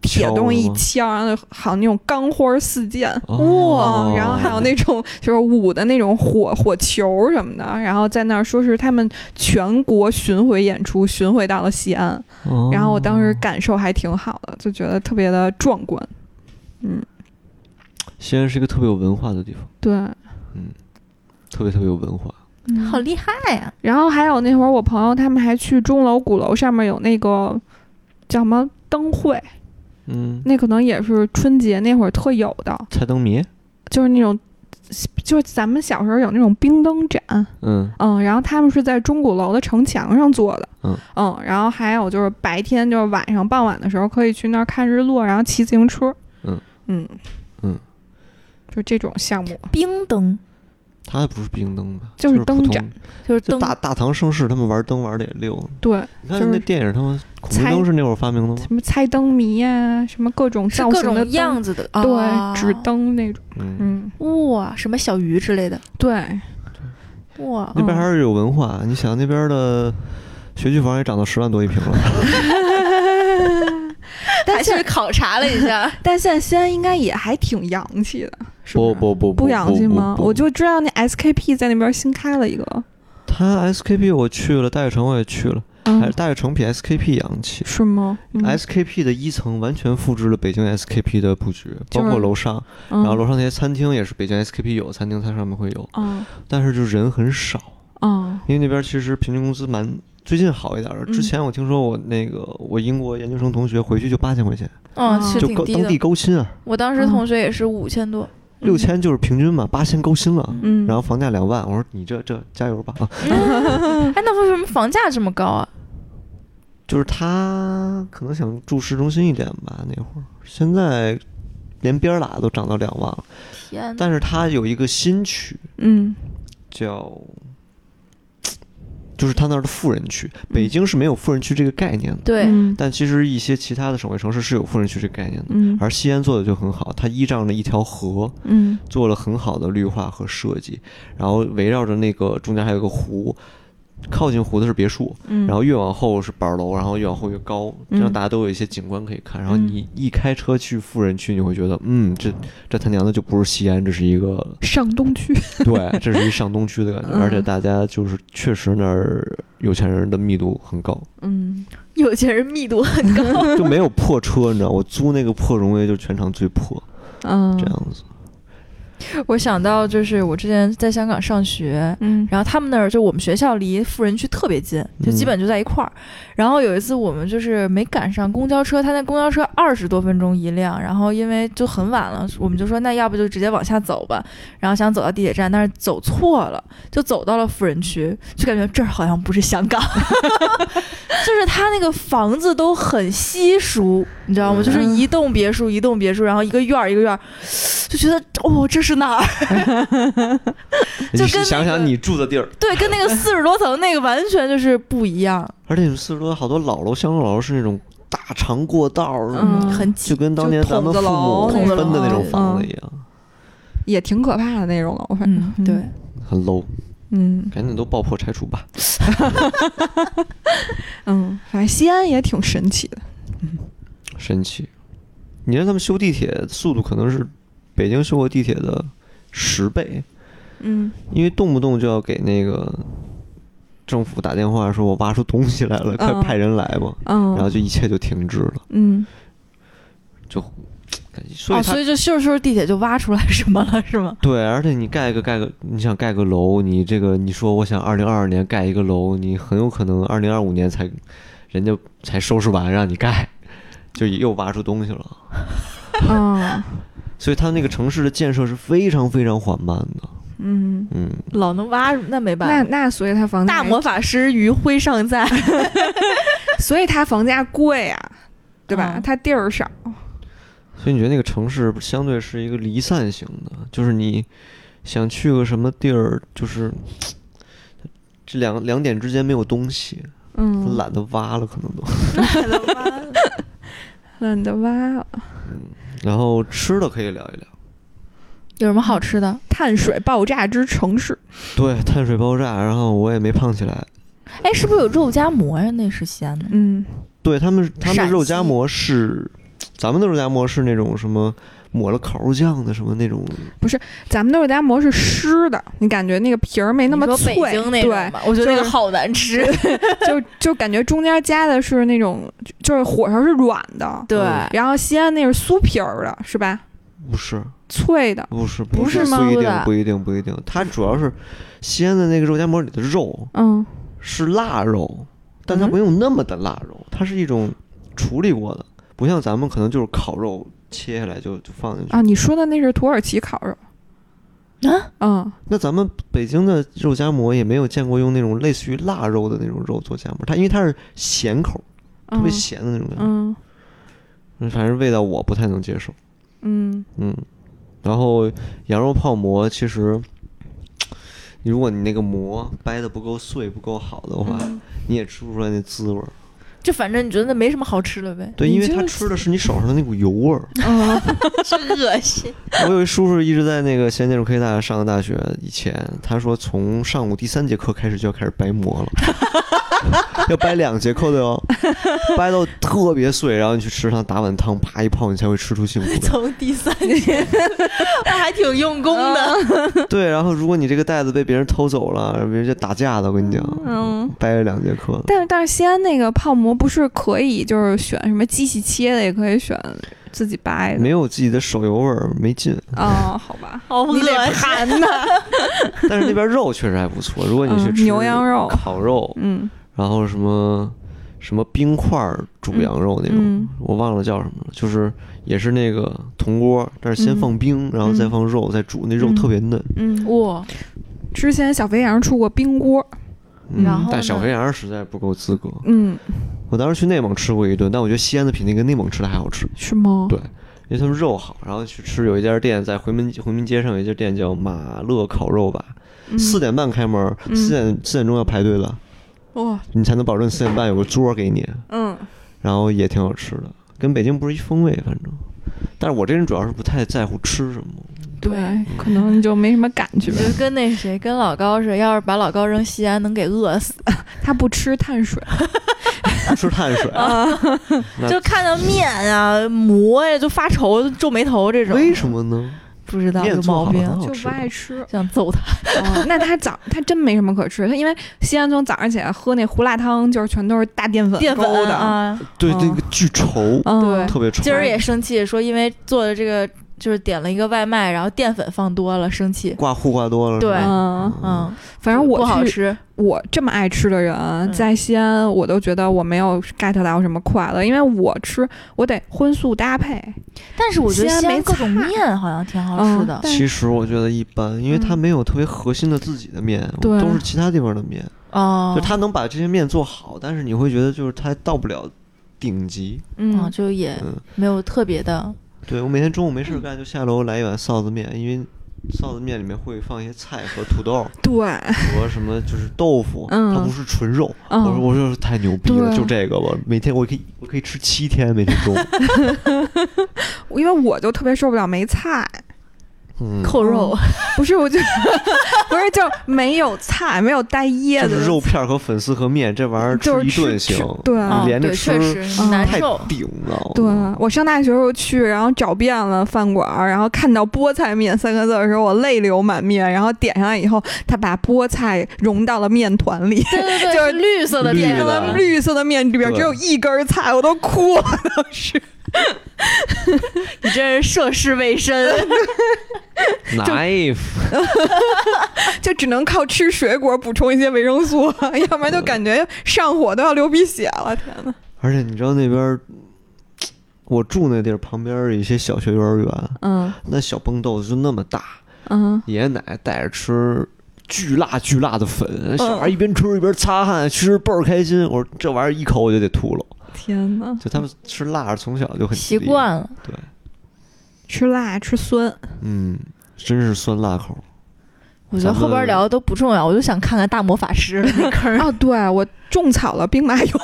Speaker 3: 铁东西一敲，然后就好那种钢花四溅。
Speaker 1: 哦
Speaker 3: 嗯然后还有那种就是舞的那种火火球什么的，然后在那儿说是他们全国巡回演出，巡回到了西安。
Speaker 1: 哦
Speaker 3: 然后我当时感受还挺好的，就觉得特别的壮观。嗯，
Speaker 1: 西安是一个特别有文化的地方，
Speaker 3: 对。
Speaker 1: 特别特别有文化，
Speaker 2: 好厉害啊呀！
Speaker 3: 然后还有那会儿我朋友他们还去钟楼鼓楼上面有那个叫什么灯会，
Speaker 1: 嗯，
Speaker 3: 那可能也是春节那会儿特有的，
Speaker 1: 猜灯谜，
Speaker 3: 就是那种就是咱们小时候有那种冰灯展，
Speaker 1: 嗯
Speaker 3: 嗯，然后他们是在钟鼓楼的城墙上做的，
Speaker 1: 嗯
Speaker 3: 然后还有就是白天就是晚上傍晚的时候可以去那儿看日落，然后骑自行车，
Speaker 1: 嗯
Speaker 3: 嗯
Speaker 1: 嗯
Speaker 3: 就这种项目
Speaker 2: 冰灯
Speaker 1: 它还不是冰灯吧？
Speaker 3: 就是是
Speaker 1: 普
Speaker 3: 灯
Speaker 1: 通
Speaker 3: 展，
Speaker 2: 就是
Speaker 1: 就
Speaker 2: 灯，
Speaker 1: 大大唐盛世他们玩灯玩的也溜。
Speaker 3: 对，
Speaker 1: 你看
Speaker 3: 就是
Speaker 1: 那电影，他们孔明
Speaker 3: 猜
Speaker 1: 灯是那会儿发明的吗？
Speaker 3: 什么猜灯谜呀、什么各种
Speaker 2: 是
Speaker 3: 造
Speaker 2: 各
Speaker 3: 型的
Speaker 2: 种
Speaker 3: 灯，
Speaker 2: 样子的，
Speaker 3: 对，
Speaker 2: 啊
Speaker 3: 纸灯那种，
Speaker 1: 嗯，
Speaker 3: 嗯，
Speaker 2: 哇，什么小鱼之类的，
Speaker 3: 对，
Speaker 2: 哇，
Speaker 1: 那
Speaker 3: 哦
Speaker 1: 边还是有文化。你想那边的学区房也涨到十万多一平了，
Speaker 3: 但
Speaker 2: 还
Speaker 3: 现
Speaker 2: 去考察了一 下，
Speaker 3: 但现在西安应该也还挺洋气的， 是
Speaker 1: 不
Speaker 3: 是
Speaker 1: 不不
Speaker 3: 不洋气吗？
Speaker 1: 不不
Speaker 3: 我就知道那 SKP 在那边新开了一个，
Speaker 1: 他 SKP 我去了，大悦城我也去了，还
Speaker 3: 嗯
Speaker 1: 是，大悦城比 SKP 洋气。
Speaker 3: 是吗？嗯
Speaker 1: SKP 的一层完全复制了北京 SKP 的布局，包
Speaker 3: 就
Speaker 1: 括
Speaker 3: 是
Speaker 1: 楼上，
Speaker 3: 嗯
Speaker 1: 然后楼上那些餐厅也是北京 SKP 有餐厅，它上面会有，
Speaker 3: 啊
Speaker 1: 但是就人很少，
Speaker 3: 啊
Speaker 1: 因为那边其实平均工资蛮最近好一点了。之
Speaker 3: 嗯
Speaker 1: 前我听说我那个我英国研究生同学回去就八千块钱，
Speaker 2: 嗯，
Speaker 3: 啊
Speaker 2: 是
Speaker 1: 就
Speaker 2: 挺
Speaker 1: 高
Speaker 2: 低
Speaker 1: 当地
Speaker 2: 的。
Speaker 1: 高薪啊，
Speaker 2: 我当时
Speaker 3: 嗯
Speaker 2: 同学也是五千多，
Speaker 1: 六千就是平均嘛，八千高薪了。
Speaker 3: 嗯，
Speaker 1: 然后房价两万，我说你这这加油吧啊！
Speaker 3: 嗯
Speaker 2: 哎，那为什么房价这么高啊？
Speaker 1: 就是他可能想住市中心一点吧，那会儿现在连边儿拉都涨到两万了，
Speaker 2: 天哪，
Speaker 1: 但是他有一个新区
Speaker 3: 嗯
Speaker 1: 叫，就是他那儿的富人区，北京是没有富人区这个概念的，
Speaker 2: 对，
Speaker 3: 嗯
Speaker 1: 但其实一些其他的省会城市是有富人区这个概念的。
Speaker 3: 嗯
Speaker 1: 而西安做的就很好，它依仗着一条河，
Speaker 3: 嗯
Speaker 1: 做了很好的绿化和设计，然后围绕着那个中间还有个湖，靠近湖的是别墅，
Speaker 3: 嗯，
Speaker 1: 然后越往后是板楼，然后越往后越高，这样
Speaker 3: 嗯
Speaker 1: 大家都有一些景观可以看。然后
Speaker 3: 嗯
Speaker 1: 你一开车去富人区，你会觉得，嗯，这这他娘的就不是西安，这是一个
Speaker 3: 上东区，
Speaker 1: 对，这是一上东区的感觉，
Speaker 3: 嗯
Speaker 1: 而且大家就是确实那儿有钱人的密度很 高，
Speaker 3: 嗯
Speaker 4: 有钱人密度很高，
Speaker 1: 就没有破车，你知道，我租那个破荣威就全场最破
Speaker 3: 嗯，
Speaker 1: 这样子。
Speaker 2: 我想到就是我之前在香港上学，
Speaker 3: 嗯
Speaker 2: 然后他们那儿就我们学校离富人区特别近，就基
Speaker 1: 嗯
Speaker 2: 本就在一块儿。然后有一次我们就是没赶上公交车，他那公交车二十多分钟一辆，然后因为就很晚了，我们就说那要不就直接往下走吧。然后想走到地铁站，但是走错了，就走到了富人区，就感觉这儿好像不是香港， 就是他那个房子都很稀疏，你知道吗？就是
Speaker 3: 嗯
Speaker 2: 一栋别墅一栋别墅，然后一个院儿一个院儿，就觉得哦这是哪儿？
Speaker 1: 你
Speaker 2: 就跟那
Speaker 1: 想想
Speaker 2: 个
Speaker 1: 你住的地儿，
Speaker 2: 对，跟那个四十多层那个完全就是不一样，
Speaker 1: 而且你们四十多好多老楼，香港老楼是那种大长过道儿，
Speaker 3: 嗯
Speaker 2: 很挤
Speaker 1: 就。跟当
Speaker 3: 就
Speaker 1: 年咱们
Speaker 3: 筒
Speaker 1: 父
Speaker 3: 子
Speaker 1: 母
Speaker 3: 楼
Speaker 1: 分
Speaker 2: 那种
Speaker 1: 的那种
Speaker 3: 嗯
Speaker 1: 房子一样，
Speaker 3: 也挺可怕的那种楼，反
Speaker 2: 嗯
Speaker 3: 正，
Speaker 2: 对，
Speaker 1: 很 low。
Speaker 3: 嗯
Speaker 1: 赶紧都爆破拆除吧。
Speaker 3: 嗯，反正西安也挺神奇的，
Speaker 1: 神奇。你让他们修地铁速度可能是北京修过地铁的十倍，
Speaker 3: 嗯
Speaker 1: 因为动不动就要给那个政府打电话说，我挖出东西来了，快
Speaker 3: 嗯
Speaker 1: 派人来吧。然后
Speaker 3: 嗯
Speaker 1: 就一切就停滞了，
Speaker 3: 嗯，
Speaker 1: 就感觉 所
Speaker 2: 哦，
Speaker 1: 以它
Speaker 2: 所以就咻咻地铁就挖出来什么了，是吗？
Speaker 1: 对，而且你盖个盖个，你想盖个楼，你这个你说我想二零二二年盖一个楼，你很有可能二零二五年才人家才收拾完让你盖，就又挖出东西了。
Speaker 3: 嗯
Speaker 1: 所以它那个城市的建设是非常非常缓慢的。
Speaker 3: 嗯，
Speaker 1: 嗯，
Speaker 2: 老能挖，那没
Speaker 3: 那
Speaker 2: 办法。
Speaker 3: 那所以它房价
Speaker 4: 大魔法师余晖尚在，
Speaker 3: 所以它房价贵啊，对吧？
Speaker 2: 嗯
Speaker 3: 它地儿少，
Speaker 1: 所以你觉得那个城市相对是一个离散型的，就是你想去个什么地儿，就是这两两点之间没有东西，
Speaker 3: 嗯，
Speaker 1: 懒得挖了可能都。
Speaker 3: 懒得挖了，
Speaker 1: 然后吃的可以聊一聊。
Speaker 2: 有什么好吃的？
Speaker 3: 碳水爆炸之城市，
Speaker 1: 对，碳水爆炸，然后我也没胖起来。
Speaker 2: 哎，是不是有肉夹馍呀？那是西安的。
Speaker 3: 嗯
Speaker 1: 对他们，他们
Speaker 2: 陕
Speaker 1: 肉夹
Speaker 2: 西
Speaker 1: 馍是，咱们的肉夹馍是那种什么抹了烤肉酱的什么那种，
Speaker 3: 咱们的肉夹馍是湿的，你感觉那个皮儿没那么
Speaker 2: 你说
Speaker 3: 脆，
Speaker 2: 北京那
Speaker 3: 对
Speaker 2: 种，吧，我觉得那
Speaker 3: 就
Speaker 2: 个
Speaker 3: 是
Speaker 2: 好难 吃。
Speaker 3: 就就感觉中间加的是那种，就就是火烧是软的，
Speaker 2: 对，
Speaker 1: 嗯
Speaker 3: 然后西安那是酥皮儿的，是吧？
Speaker 1: 不是，
Speaker 3: 脆的，
Speaker 1: 不是，
Speaker 2: 不是
Speaker 1: 不一
Speaker 2: 猫
Speaker 1: 定
Speaker 2: 的，
Speaker 1: 不一定，不一定。它主要是西安的那个肉夹馍里的肉
Speaker 3: 嗯
Speaker 1: 是腊肉，但它没有那么的腊肉，它是一种处理过的，不像咱们
Speaker 3: 啊
Speaker 1: 可能就是烤肉切下来就就放进去。
Speaker 3: 啊，你说的那是土耳其烤肉，嗯，
Speaker 1: 那咱们北京的肉夹馍也没有见过用那种类似于腊肉的那种肉做夹馍，它因为它是咸口，特别咸的那种感觉，
Speaker 3: 嗯
Speaker 1: 反正味道我不太能接受。
Speaker 3: 嗯
Speaker 1: 嗯，然后羊肉泡馍其实，你如果你那个馍掰的不够碎、不够好的话，你也吃不出来那滋味儿。
Speaker 2: 就反正你觉得那没什么好吃的呗。
Speaker 1: 对，
Speaker 3: 你
Speaker 1: 因为
Speaker 3: 这
Speaker 1: 它
Speaker 3: 个
Speaker 1: 吃的是你手上的那股油味儿。
Speaker 3: 嗯
Speaker 4: 真恶心。
Speaker 1: 我有一叔叔一直在那个西安建筑科技大学上的大学，以前他说从上午第三节课开始就要开始掰馍了， 要掰两节课的 哟，掰到特别碎，然后你去食堂打碗汤，啪一泡，你才会吃出幸福感。
Speaker 4: 从第三天，那还挺用功
Speaker 3: 嗯
Speaker 4: 的。
Speaker 1: 对，然后如果你这个袋子被别人偷走了，别人就打架的，我跟你讲，
Speaker 3: 嗯。
Speaker 1: 掰了两节课的。
Speaker 3: 但是但是西安那个泡馍不是可以就是选什么机器切的，也可以选自己掰的。
Speaker 1: 没有自己的手油味儿，没劲。
Speaker 3: 哦，好 吧，
Speaker 4: 好恶
Speaker 3: 你得
Speaker 4: 心！
Speaker 3: 盘呐。
Speaker 1: 但是那边肉确实还不错，如果你去
Speaker 3: 嗯
Speaker 1: 吃
Speaker 3: 牛羊肉
Speaker 1: 烤肉，
Speaker 3: 嗯
Speaker 1: 然后什么什么冰块儿煮羊肉那种，
Speaker 3: 嗯
Speaker 1: 我忘了叫什么了，就是也是那个铜锅，但是先
Speaker 3: 嗯
Speaker 1: 放冰，然后再放肉，再煮，那肉
Speaker 3: 嗯
Speaker 1: 特别嫩。
Speaker 3: 嗯，
Speaker 2: 哇，
Speaker 3: 之前小肥羊出过冰锅。
Speaker 1: 嗯
Speaker 2: 然后
Speaker 1: 但小
Speaker 2: 呢
Speaker 1: 肥羊实在不够资格。
Speaker 3: 嗯，
Speaker 1: 我当时去内蒙吃过一顿，但我觉得西安的比那个内蒙吃的还好吃，
Speaker 3: 是吗？
Speaker 1: 对因为他们肉好。然后去吃有一家店在回民回民街上有一家店叫马乐烤肉吧，
Speaker 3: 嗯
Speaker 1: 四点半开门，
Speaker 3: 嗯
Speaker 1: 四点四点钟要排队了，
Speaker 3: 哇，
Speaker 1: 你才能保证四点半有个桌给你，
Speaker 3: 嗯
Speaker 1: 然后也挺好吃的，跟北京不是一风味，反正。但是我这人主要是不太在乎吃什么，
Speaker 3: 对，可能就没什么感
Speaker 1: 嗯
Speaker 3: 觉。
Speaker 2: 就跟那谁跟老高似的，要是把老高扔西安，能给饿死。
Speaker 3: 他不吃碳水，
Speaker 1: 不吃碳 水，
Speaker 3: 哦
Speaker 2: 啊
Speaker 1: 那
Speaker 2: 就看到面啊、馍呀、就发愁、皱眉头这种。
Speaker 1: 为什么呢？
Speaker 2: 不知道
Speaker 1: 面
Speaker 2: 有
Speaker 1: 做好
Speaker 2: 毛
Speaker 1: 了
Speaker 2: 病
Speaker 1: 很，好
Speaker 3: 就
Speaker 1: 吃
Speaker 3: 不
Speaker 1: 的
Speaker 3: 爱吃。
Speaker 2: 想揍他。
Speaker 3: 哦，那他早他真没什么可吃，他因为西安从早上起来喝那胡辣汤，就是全都是大淀粉
Speaker 2: 淀粉
Speaker 3: 勾的。
Speaker 2: 啊，
Speaker 1: 对，
Speaker 3: 嗯
Speaker 1: 那个巨稠，
Speaker 3: 嗯，
Speaker 2: 对
Speaker 1: 特别稠。
Speaker 2: 今儿也生气，说因为做的这个就是点了一个外卖，然后淀粉放多了，生气。
Speaker 1: 挂糊挂多了，是
Speaker 2: 对
Speaker 1: 吧
Speaker 3: 嗯，
Speaker 1: 嗯，
Speaker 2: 嗯，
Speaker 3: 反正我
Speaker 2: 不好
Speaker 3: 去
Speaker 2: 吃。
Speaker 3: 我这么爱吃的人，在西安我都觉得我没有 get 到什么快乐，因为我吃我得荤素搭配，
Speaker 2: 但是我觉得
Speaker 3: 西安
Speaker 2: 西安
Speaker 3: 没
Speaker 2: 各种
Speaker 3: 菜
Speaker 2: 面好像挺好
Speaker 3: 嗯
Speaker 2: 吃的。
Speaker 3: 但
Speaker 1: 其实我觉得一般，因为它
Speaker 3: 嗯
Speaker 1: 没有特别核心的自己的面，
Speaker 3: 对
Speaker 1: 都是其他地方的面。
Speaker 2: 哦
Speaker 1: 就，它能把这些面做好，但是你会觉得就是它到不了顶级。
Speaker 2: 嗯，
Speaker 3: 嗯，
Speaker 2: 就也
Speaker 1: 嗯，
Speaker 2: 没有特别的。
Speaker 1: 对我每天中午没事儿干就下楼来一碗臊子面，因为臊子面里面会放一些菜和土豆
Speaker 3: 对，
Speaker 1: 和什么就是豆腐，
Speaker 3: 嗯
Speaker 1: 它不是纯肉。我说
Speaker 3: 嗯，
Speaker 1: 我说太牛逼了，
Speaker 3: 对
Speaker 1: 就这个吧，每天我可以我可以吃七天，每天中午。
Speaker 3: 因为我就特别受不了没菜，
Speaker 1: 嗯，
Speaker 2: 扣肉，
Speaker 3: 不是，我就不是就没有菜，没有带叶
Speaker 1: 就
Speaker 3: 子
Speaker 1: 是
Speaker 3: 的
Speaker 1: 肉片儿和粉丝和面这玩意儿
Speaker 3: 就是
Speaker 1: 一
Speaker 3: 吃
Speaker 1: 顿行
Speaker 3: 吃，对
Speaker 1: 你
Speaker 3: 啊
Speaker 1: 连着
Speaker 2: 嗯对，
Speaker 1: 吃
Speaker 2: 确实
Speaker 3: 嗯
Speaker 2: 难
Speaker 1: 太
Speaker 2: 受。
Speaker 1: 顶了。
Speaker 3: 对，啊我上大学时候去，然后找遍了饭馆儿，然后看到菠菜面三个字儿的时候，我泪流满面。然后点上来以后，他把菠菜融到了面团里，
Speaker 2: 对对对，
Speaker 3: 就是
Speaker 2: 绿色的
Speaker 1: 绿
Speaker 2: 淀
Speaker 3: 变成
Speaker 1: 的
Speaker 2: 粉。
Speaker 3: 了 绿色的面里边
Speaker 1: 对
Speaker 3: 只有一根儿菜，我都哭了，当时。
Speaker 2: 你真是涉世未深，
Speaker 1: knife
Speaker 3: 就只能靠吃水果补充一些维生素， 要不然就感觉上火都要流鼻血了。天呐，
Speaker 1: 而且你知道那边儿，我住那地儿旁边儿有一些小学、幼儿园，
Speaker 3: 嗯
Speaker 1: 那小蹦豆子就那么大，
Speaker 3: 嗯，
Speaker 1: 爷爷奶奶带着吃。巨辣巨辣的粉，小
Speaker 3: 嗯
Speaker 1: 孩一边吃一边擦汗，其实倍儿开心。我说这玩意儿一口我就得吐了，
Speaker 3: 天呐，
Speaker 1: 就他们吃辣从小就很
Speaker 2: 习
Speaker 1: 厉害
Speaker 2: 惯了。
Speaker 1: 对，
Speaker 3: 吃辣吃酸，
Speaker 1: 嗯，真是酸辣口。
Speaker 2: 我觉
Speaker 1: 咱
Speaker 2: 得后边
Speaker 1: 们
Speaker 2: 聊的都不重要，我就想看看大魔法师的那坑儿。
Speaker 3: 哦，对我种草了兵马俑，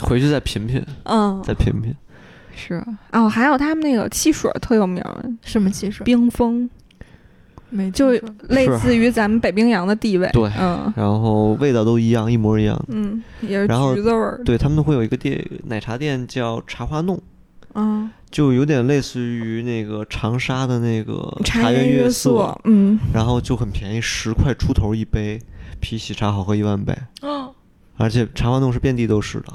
Speaker 1: 回去再品品，
Speaker 3: 嗯，
Speaker 1: 再品品。
Speaker 3: 是哦，还有他们那个汽水儿特有名儿，
Speaker 2: 什么技术？
Speaker 3: 冰峰，
Speaker 2: 没
Speaker 3: 就
Speaker 2: 听说
Speaker 3: 类似于咱们北冰洋的地位，
Speaker 1: 对
Speaker 3: 嗯
Speaker 1: 然后味道都一样，一模一样。
Speaker 3: 嗯，也是
Speaker 1: 然后
Speaker 3: 橘子味儿的，
Speaker 1: 对他们会有一个店奶茶店叫茶花弄，
Speaker 3: 嗯，
Speaker 1: 就有点类似于那个长沙的那个
Speaker 3: 茶
Speaker 1: 颜
Speaker 3: 颜悦
Speaker 1: 色，
Speaker 3: 色，嗯，
Speaker 1: 然后就很便宜，十块出头一杯，比喜茶好喝一万倍。而且茶花弄是遍地都是的，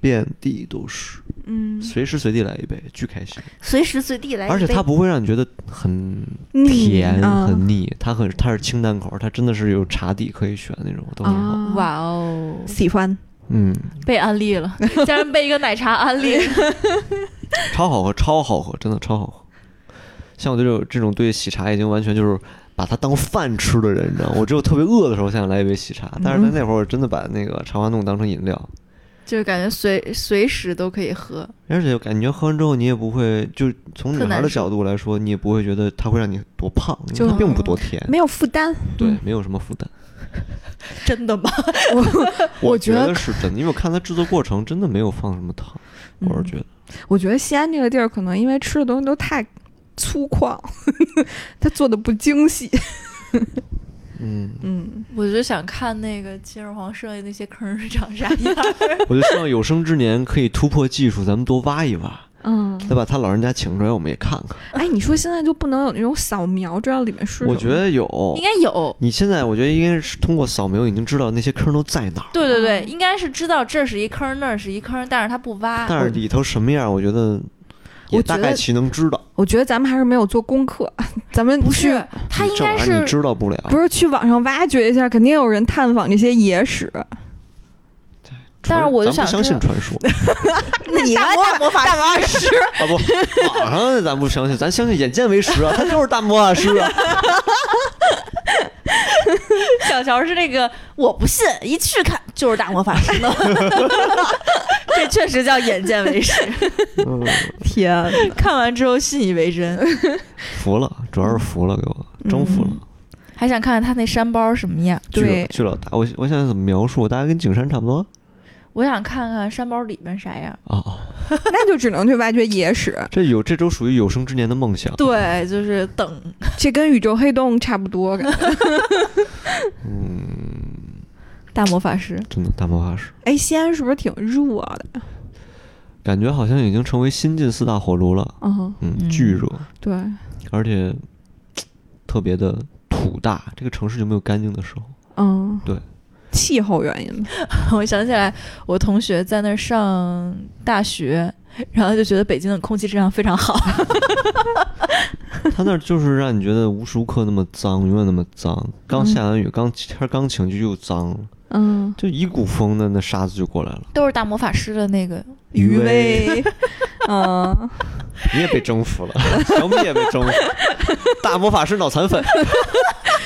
Speaker 1: 遍地都是，
Speaker 3: 嗯，
Speaker 1: 随时随地来一杯，巨开心。
Speaker 4: 随时随地来一杯，
Speaker 1: 而且它 不会让你觉得很
Speaker 3: 腻
Speaker 1: 甜、
Speaker 3: 啊
Speaker 1: 很腻，它很它是清淡口，它真的是有茶底可以选那种，都很好。
Speaker 3: 啊
Speaker 2: 哇哦，
Speaker 3: 喜欢，
Speaker 1: 嗯，
Speaker 2: 被安利了，竟然被一个奶茶安利。
Speaker 1: 超好喝，超好喝，真的超好喝。像我这种这种对喜茶已经完全就是把它当饭吃的人，你知道吗，我只有特别饿的时候才想来一杯喜
Speaker 3: 嗯
Speaker 1: 茶，但是在那会儿我真的把那个茶花弄当成饮料，
Speaker 2: 就是感觉随随时都可以喝。
Speaker 1: 而且感觉喝完之后你也不会，就从女
Speaker 2: 特
Speaker 1: 孩
Speaker 2: 难
Speaker 1: 的
Speaker 2: 受
Speaker 1: 角度来说，你也不会觉得它会让你多胖，因为它
Speaker 3: 就
Speaker 1: 并不多甜，
Speaker 3: 没嗯有负担。
Speaker 1: 对，没有什么负担。
Speaker 4: 真的吗？
Speaker 1: 我
Speaker 3: 我
Speaker 1: 觉
Speaker 3: 觉得
Speaker 1: 得是真的，因为我看它制作过程真的没有放什么糖，我
Speaker 3: 嗯
Speaker 1: 是觉得
Speaker 3: 我觉得西安这个地儿可能因为吃的东西都太粗犷，他做的不精细。
Speaker 1: 嗯，
Speaker 3: 嗯，
Speaker 2: 我就想看那个秦始皇剩下那些坑是长啥样儿。
Speaker 1: 我就希望有生之年可以突破技术，咱们多挖一挖，
Speaker 3: 嗯，
Speaker 1: 再把他老人家请出来，我们也看看。
Speaker 3: 哎，你说现在就不能有那种扫描，知道里面是什么？
Speaker 1: 我觉得有，
Speaker 2: 应该有，
Speaker 1: 你现在我觉得应该是通过扫描已经知道那些坑都在哪儿，
Speaker 2: 对对对，
Speaker 3: 嗯
Speaker 2: 应该是知道这是一坑，那儿是一坑，但是他不挖。
Speaker 1: 但是里头什么样，我觉得也
Speaker 3: 我觉
Speaker 1: 大
Speaker 3: 得
Speaker 1: 概其能知道，
Speaker 3: 我觉得咱们还是没有做功课，咱们
Speaker 2: 不
Speaker 3: 去
Speaker 2: 是，他应
Speaker 1: 这玩
Speaker 2: 该
Speaker 1: 意儿
Speaker 2: 是
Speaker 1: 你知道不了。
Speaker 3: 不是去网上挖掘一下，肯定有人探访这些野史。
Speaker 1: 传，
Speaker 2: 但是哎我就
Speaker 1: 咱不相
Speaker 2: 想知
Speaker 1: 信
Speaker 2: 道
Speaker 1: 传 说
Speaker 3: 你来大魔法大魔法师，
Speaker 1: 啊！不，网上咱不相信，咱相信眼见为实啊，他就是大魔法师 啊！
Speaker 4: 小乔是那个，我不信，一去看就是大魔法师呢。 这确实叫眼见为实，
Speaker 1: 嗯，
Speaker 3: 天哪，
Speaker 4: 看完之后信以为真。
Speaker 1: 服了，主要是服了，给我征服了。
Speaker 2: 嗯还想看看他那山包什么样。
Speaker 1: 巨
Speaker 3: 对
Speaker 1: 老巨老大，我我想怎么描述？大概跟景山差不多
Speaker 2: 我想看看山包里面啥样。
Speaker 1: 啊、哦。
Speaker 3: 那就只能去挖掘野史，
Speaker 1: 这有这周属于有生之年的梦想。
Speaker 2: 对，就是等
Speaker 3: 这跟宇宙黑洞差不多。感觉
Speaker 1: 嗯，
Speaker 2: 大魔 法师。
Speaker 1: 真的大魔法师，
Speaker 3: 哎，西安是不是挺热的？
Speaker 1: 感觉好像已经成为新晋四大火炉了。
Speaker 3: 嗯，
Speaker 1: 嗯，
Speaker 2: 嗯
Speaker 1: 巨热，
Speaker 3: 对，
Speaker 1: 而且嘖特别的土大，这个城市就没有干净的 时候。
Speaker 3: 嗯，
Speaker 1: 对，
Speaker 3: 气候原因吧。
Speaker 2: 我想起来，我同学在那儿上大学，然后就觉得北京的空气质量非常 好。
Speaker 1: 他那儿就是让你觉得无时无刻那么脏，永远那么脏。刚下完雨，刚天儿刚晴就又脏了，
Speaker 3: 嗯，
Speaker 1: 就一股风的那沙子就过来了。
Speaker 2: 都是大魔法师的那个，
Speaker 1: 余
Speaker 3: 余
Speaker 1: 威
Speaker 3: 威， 嗯，
Speaker 1: 你也被征 服了，小米也被征服，大魔法师脑 残粉。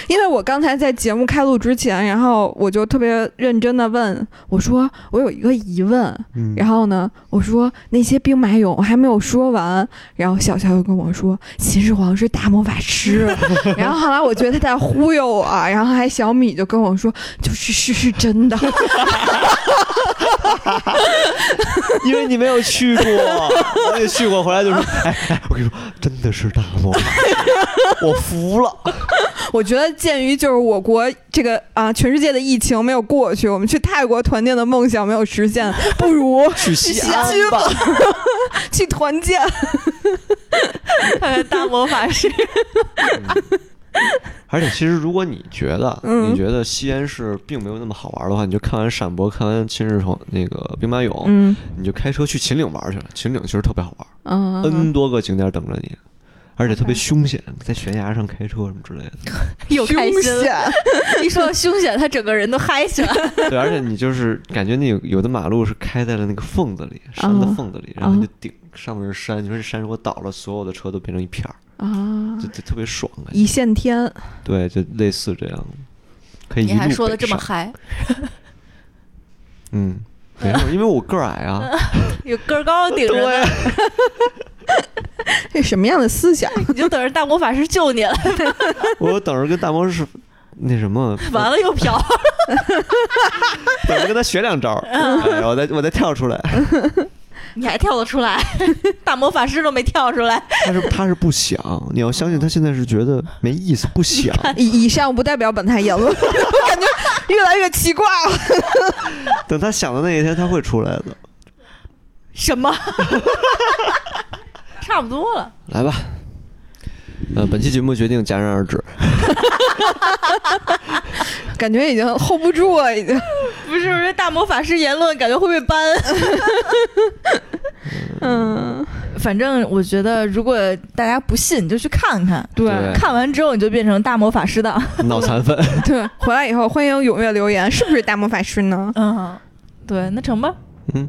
Speaker 3: 因为我刚才在节目开录之前，然后我就特别认真的问我说，我有一个疑问，
Speaker 1: 嗯，
Speaker 3: 然后呢，我说那些兵马俑我还没有说完，然后小乔又跟我说秦始皇是大魔法 师，然后后来我觉得他在忽悠我，然后还小米就跟我说就是是是 真的，
Speaker 1: 因为你没有去过，我也去过，回来就说，哎哎，我跟你说，真的是大魔法， 我服了。
Speaker 3: 我觉得鉴于就是我国这个啊全世界的疫情没有过去，我们去泰国团建的梦想没有实现，不如
Speaker 1: 去西安
Speaker 3: 西安
Speaker 1: 吧，
Speaker 3: 去团建。
Speaker 4: 看看大魔法师，
Speaker 1: 而且其实如果你觉得，
Speaker 3: 嗯
Speaker 1: 你觉得西安市并没有那么好玩的话，你就看完陕博，看完秦始皇那个兵马俑，
Speaker 3: 嗯
Speaker 1: 你就开车去秦岭玩去了。秦岭其实特别好玩，
Speaker 3: 嗯
Speaker 1: ，N 多个景点等着你。而且特别凶险，在悬崖上开车什么之类的。
Speaker 4: 又开心
Speaker 3: 凶
Speaker 4: 了。
Speaker 3: 险
Speaker 4: 一说到凶险，他整个人都嗨起来。
Speaker 1: 对，而且你就是感觉那有有的马路是开在了那个缝子里，山的
Speaker 3: 啊
Speaker 1: 缝子里，然后你
Speaker 3: 啊
Speaker 1: 就顶上面是山，你说这山如果倒了，所有的车都变成一片儿。
Speaker 3: 啊
Speaker 1: 就！就特别爽感觉。
Speaker 3: 一线天，
Speaker 1: 对，就类似这样，可以一
Speaker 2: 你
Speaker 1: 路
Speaker 2: 还说的
Speaker 1: 北
Speaker 2: 这
Speaker 1: 上
Speaker 2: 么嗨，
Speaker 1: 嗯，没事，因为我个儿矮 啊，
Speaker 4: 有个儿高顶着呢，
Speaker 1: 对，
Speaker 3: 这什么样的思 想？
Speaker 4: 你就等着大魔法师救你了。
Speaker 1: 我等着跟大魔师那什么，
Speaker 4: 完了又 飘，
Speaker 1: 等着跟他学两招儿，
Speaker 4: 嗯
Speaker 1: 哎我再我再跳出来。
Speaker 4: 你还跳得出 来？大魔法师都没跳出来。
Speaker 1: 他是他是不想，你要相信他现在是觉得没意思，不 想。
Speaker 3: 以以上不代表本台言论， 我感觉越来越奇怪了。
Speaker 1: 等他想的那一天，他会出来的。
Speaker 4: 什么？ 差不多了。
Speaker 1: 来吧，呃，本期节目决定戛然而止。
Speaker 3: 感觉已经 hold 不住了，已经。
Speaker 4: 不是不是，大魔法师言论感觉会被搬。
Speaker 3: 嗯，
Speaker 2: 反正我觉得，如果大家不信，你就去看看，
Speaker 3: 对
Speaker 1: 对
Speaker 2: 看完之后你就变成大魔法 师的。
Speaker 1: 脑残粉，
Speaker 3: 对，回来以后欢迎踊跃留言，是不是大魔法师呢？
Speaker 2: 嗯，对，那成吧。
Speaker 1: 嗯，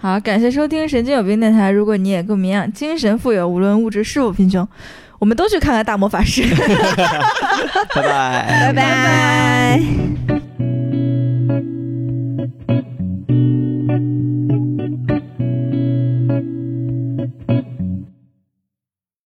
Speaker 2: 好，感谢收听《神经有病电台》。如果你也跟我们一样精神富有，无论物质是否贫穷，我们都去看看大魔法师。
Speaker 1: 拜拜。
Speaker 3: 拜拜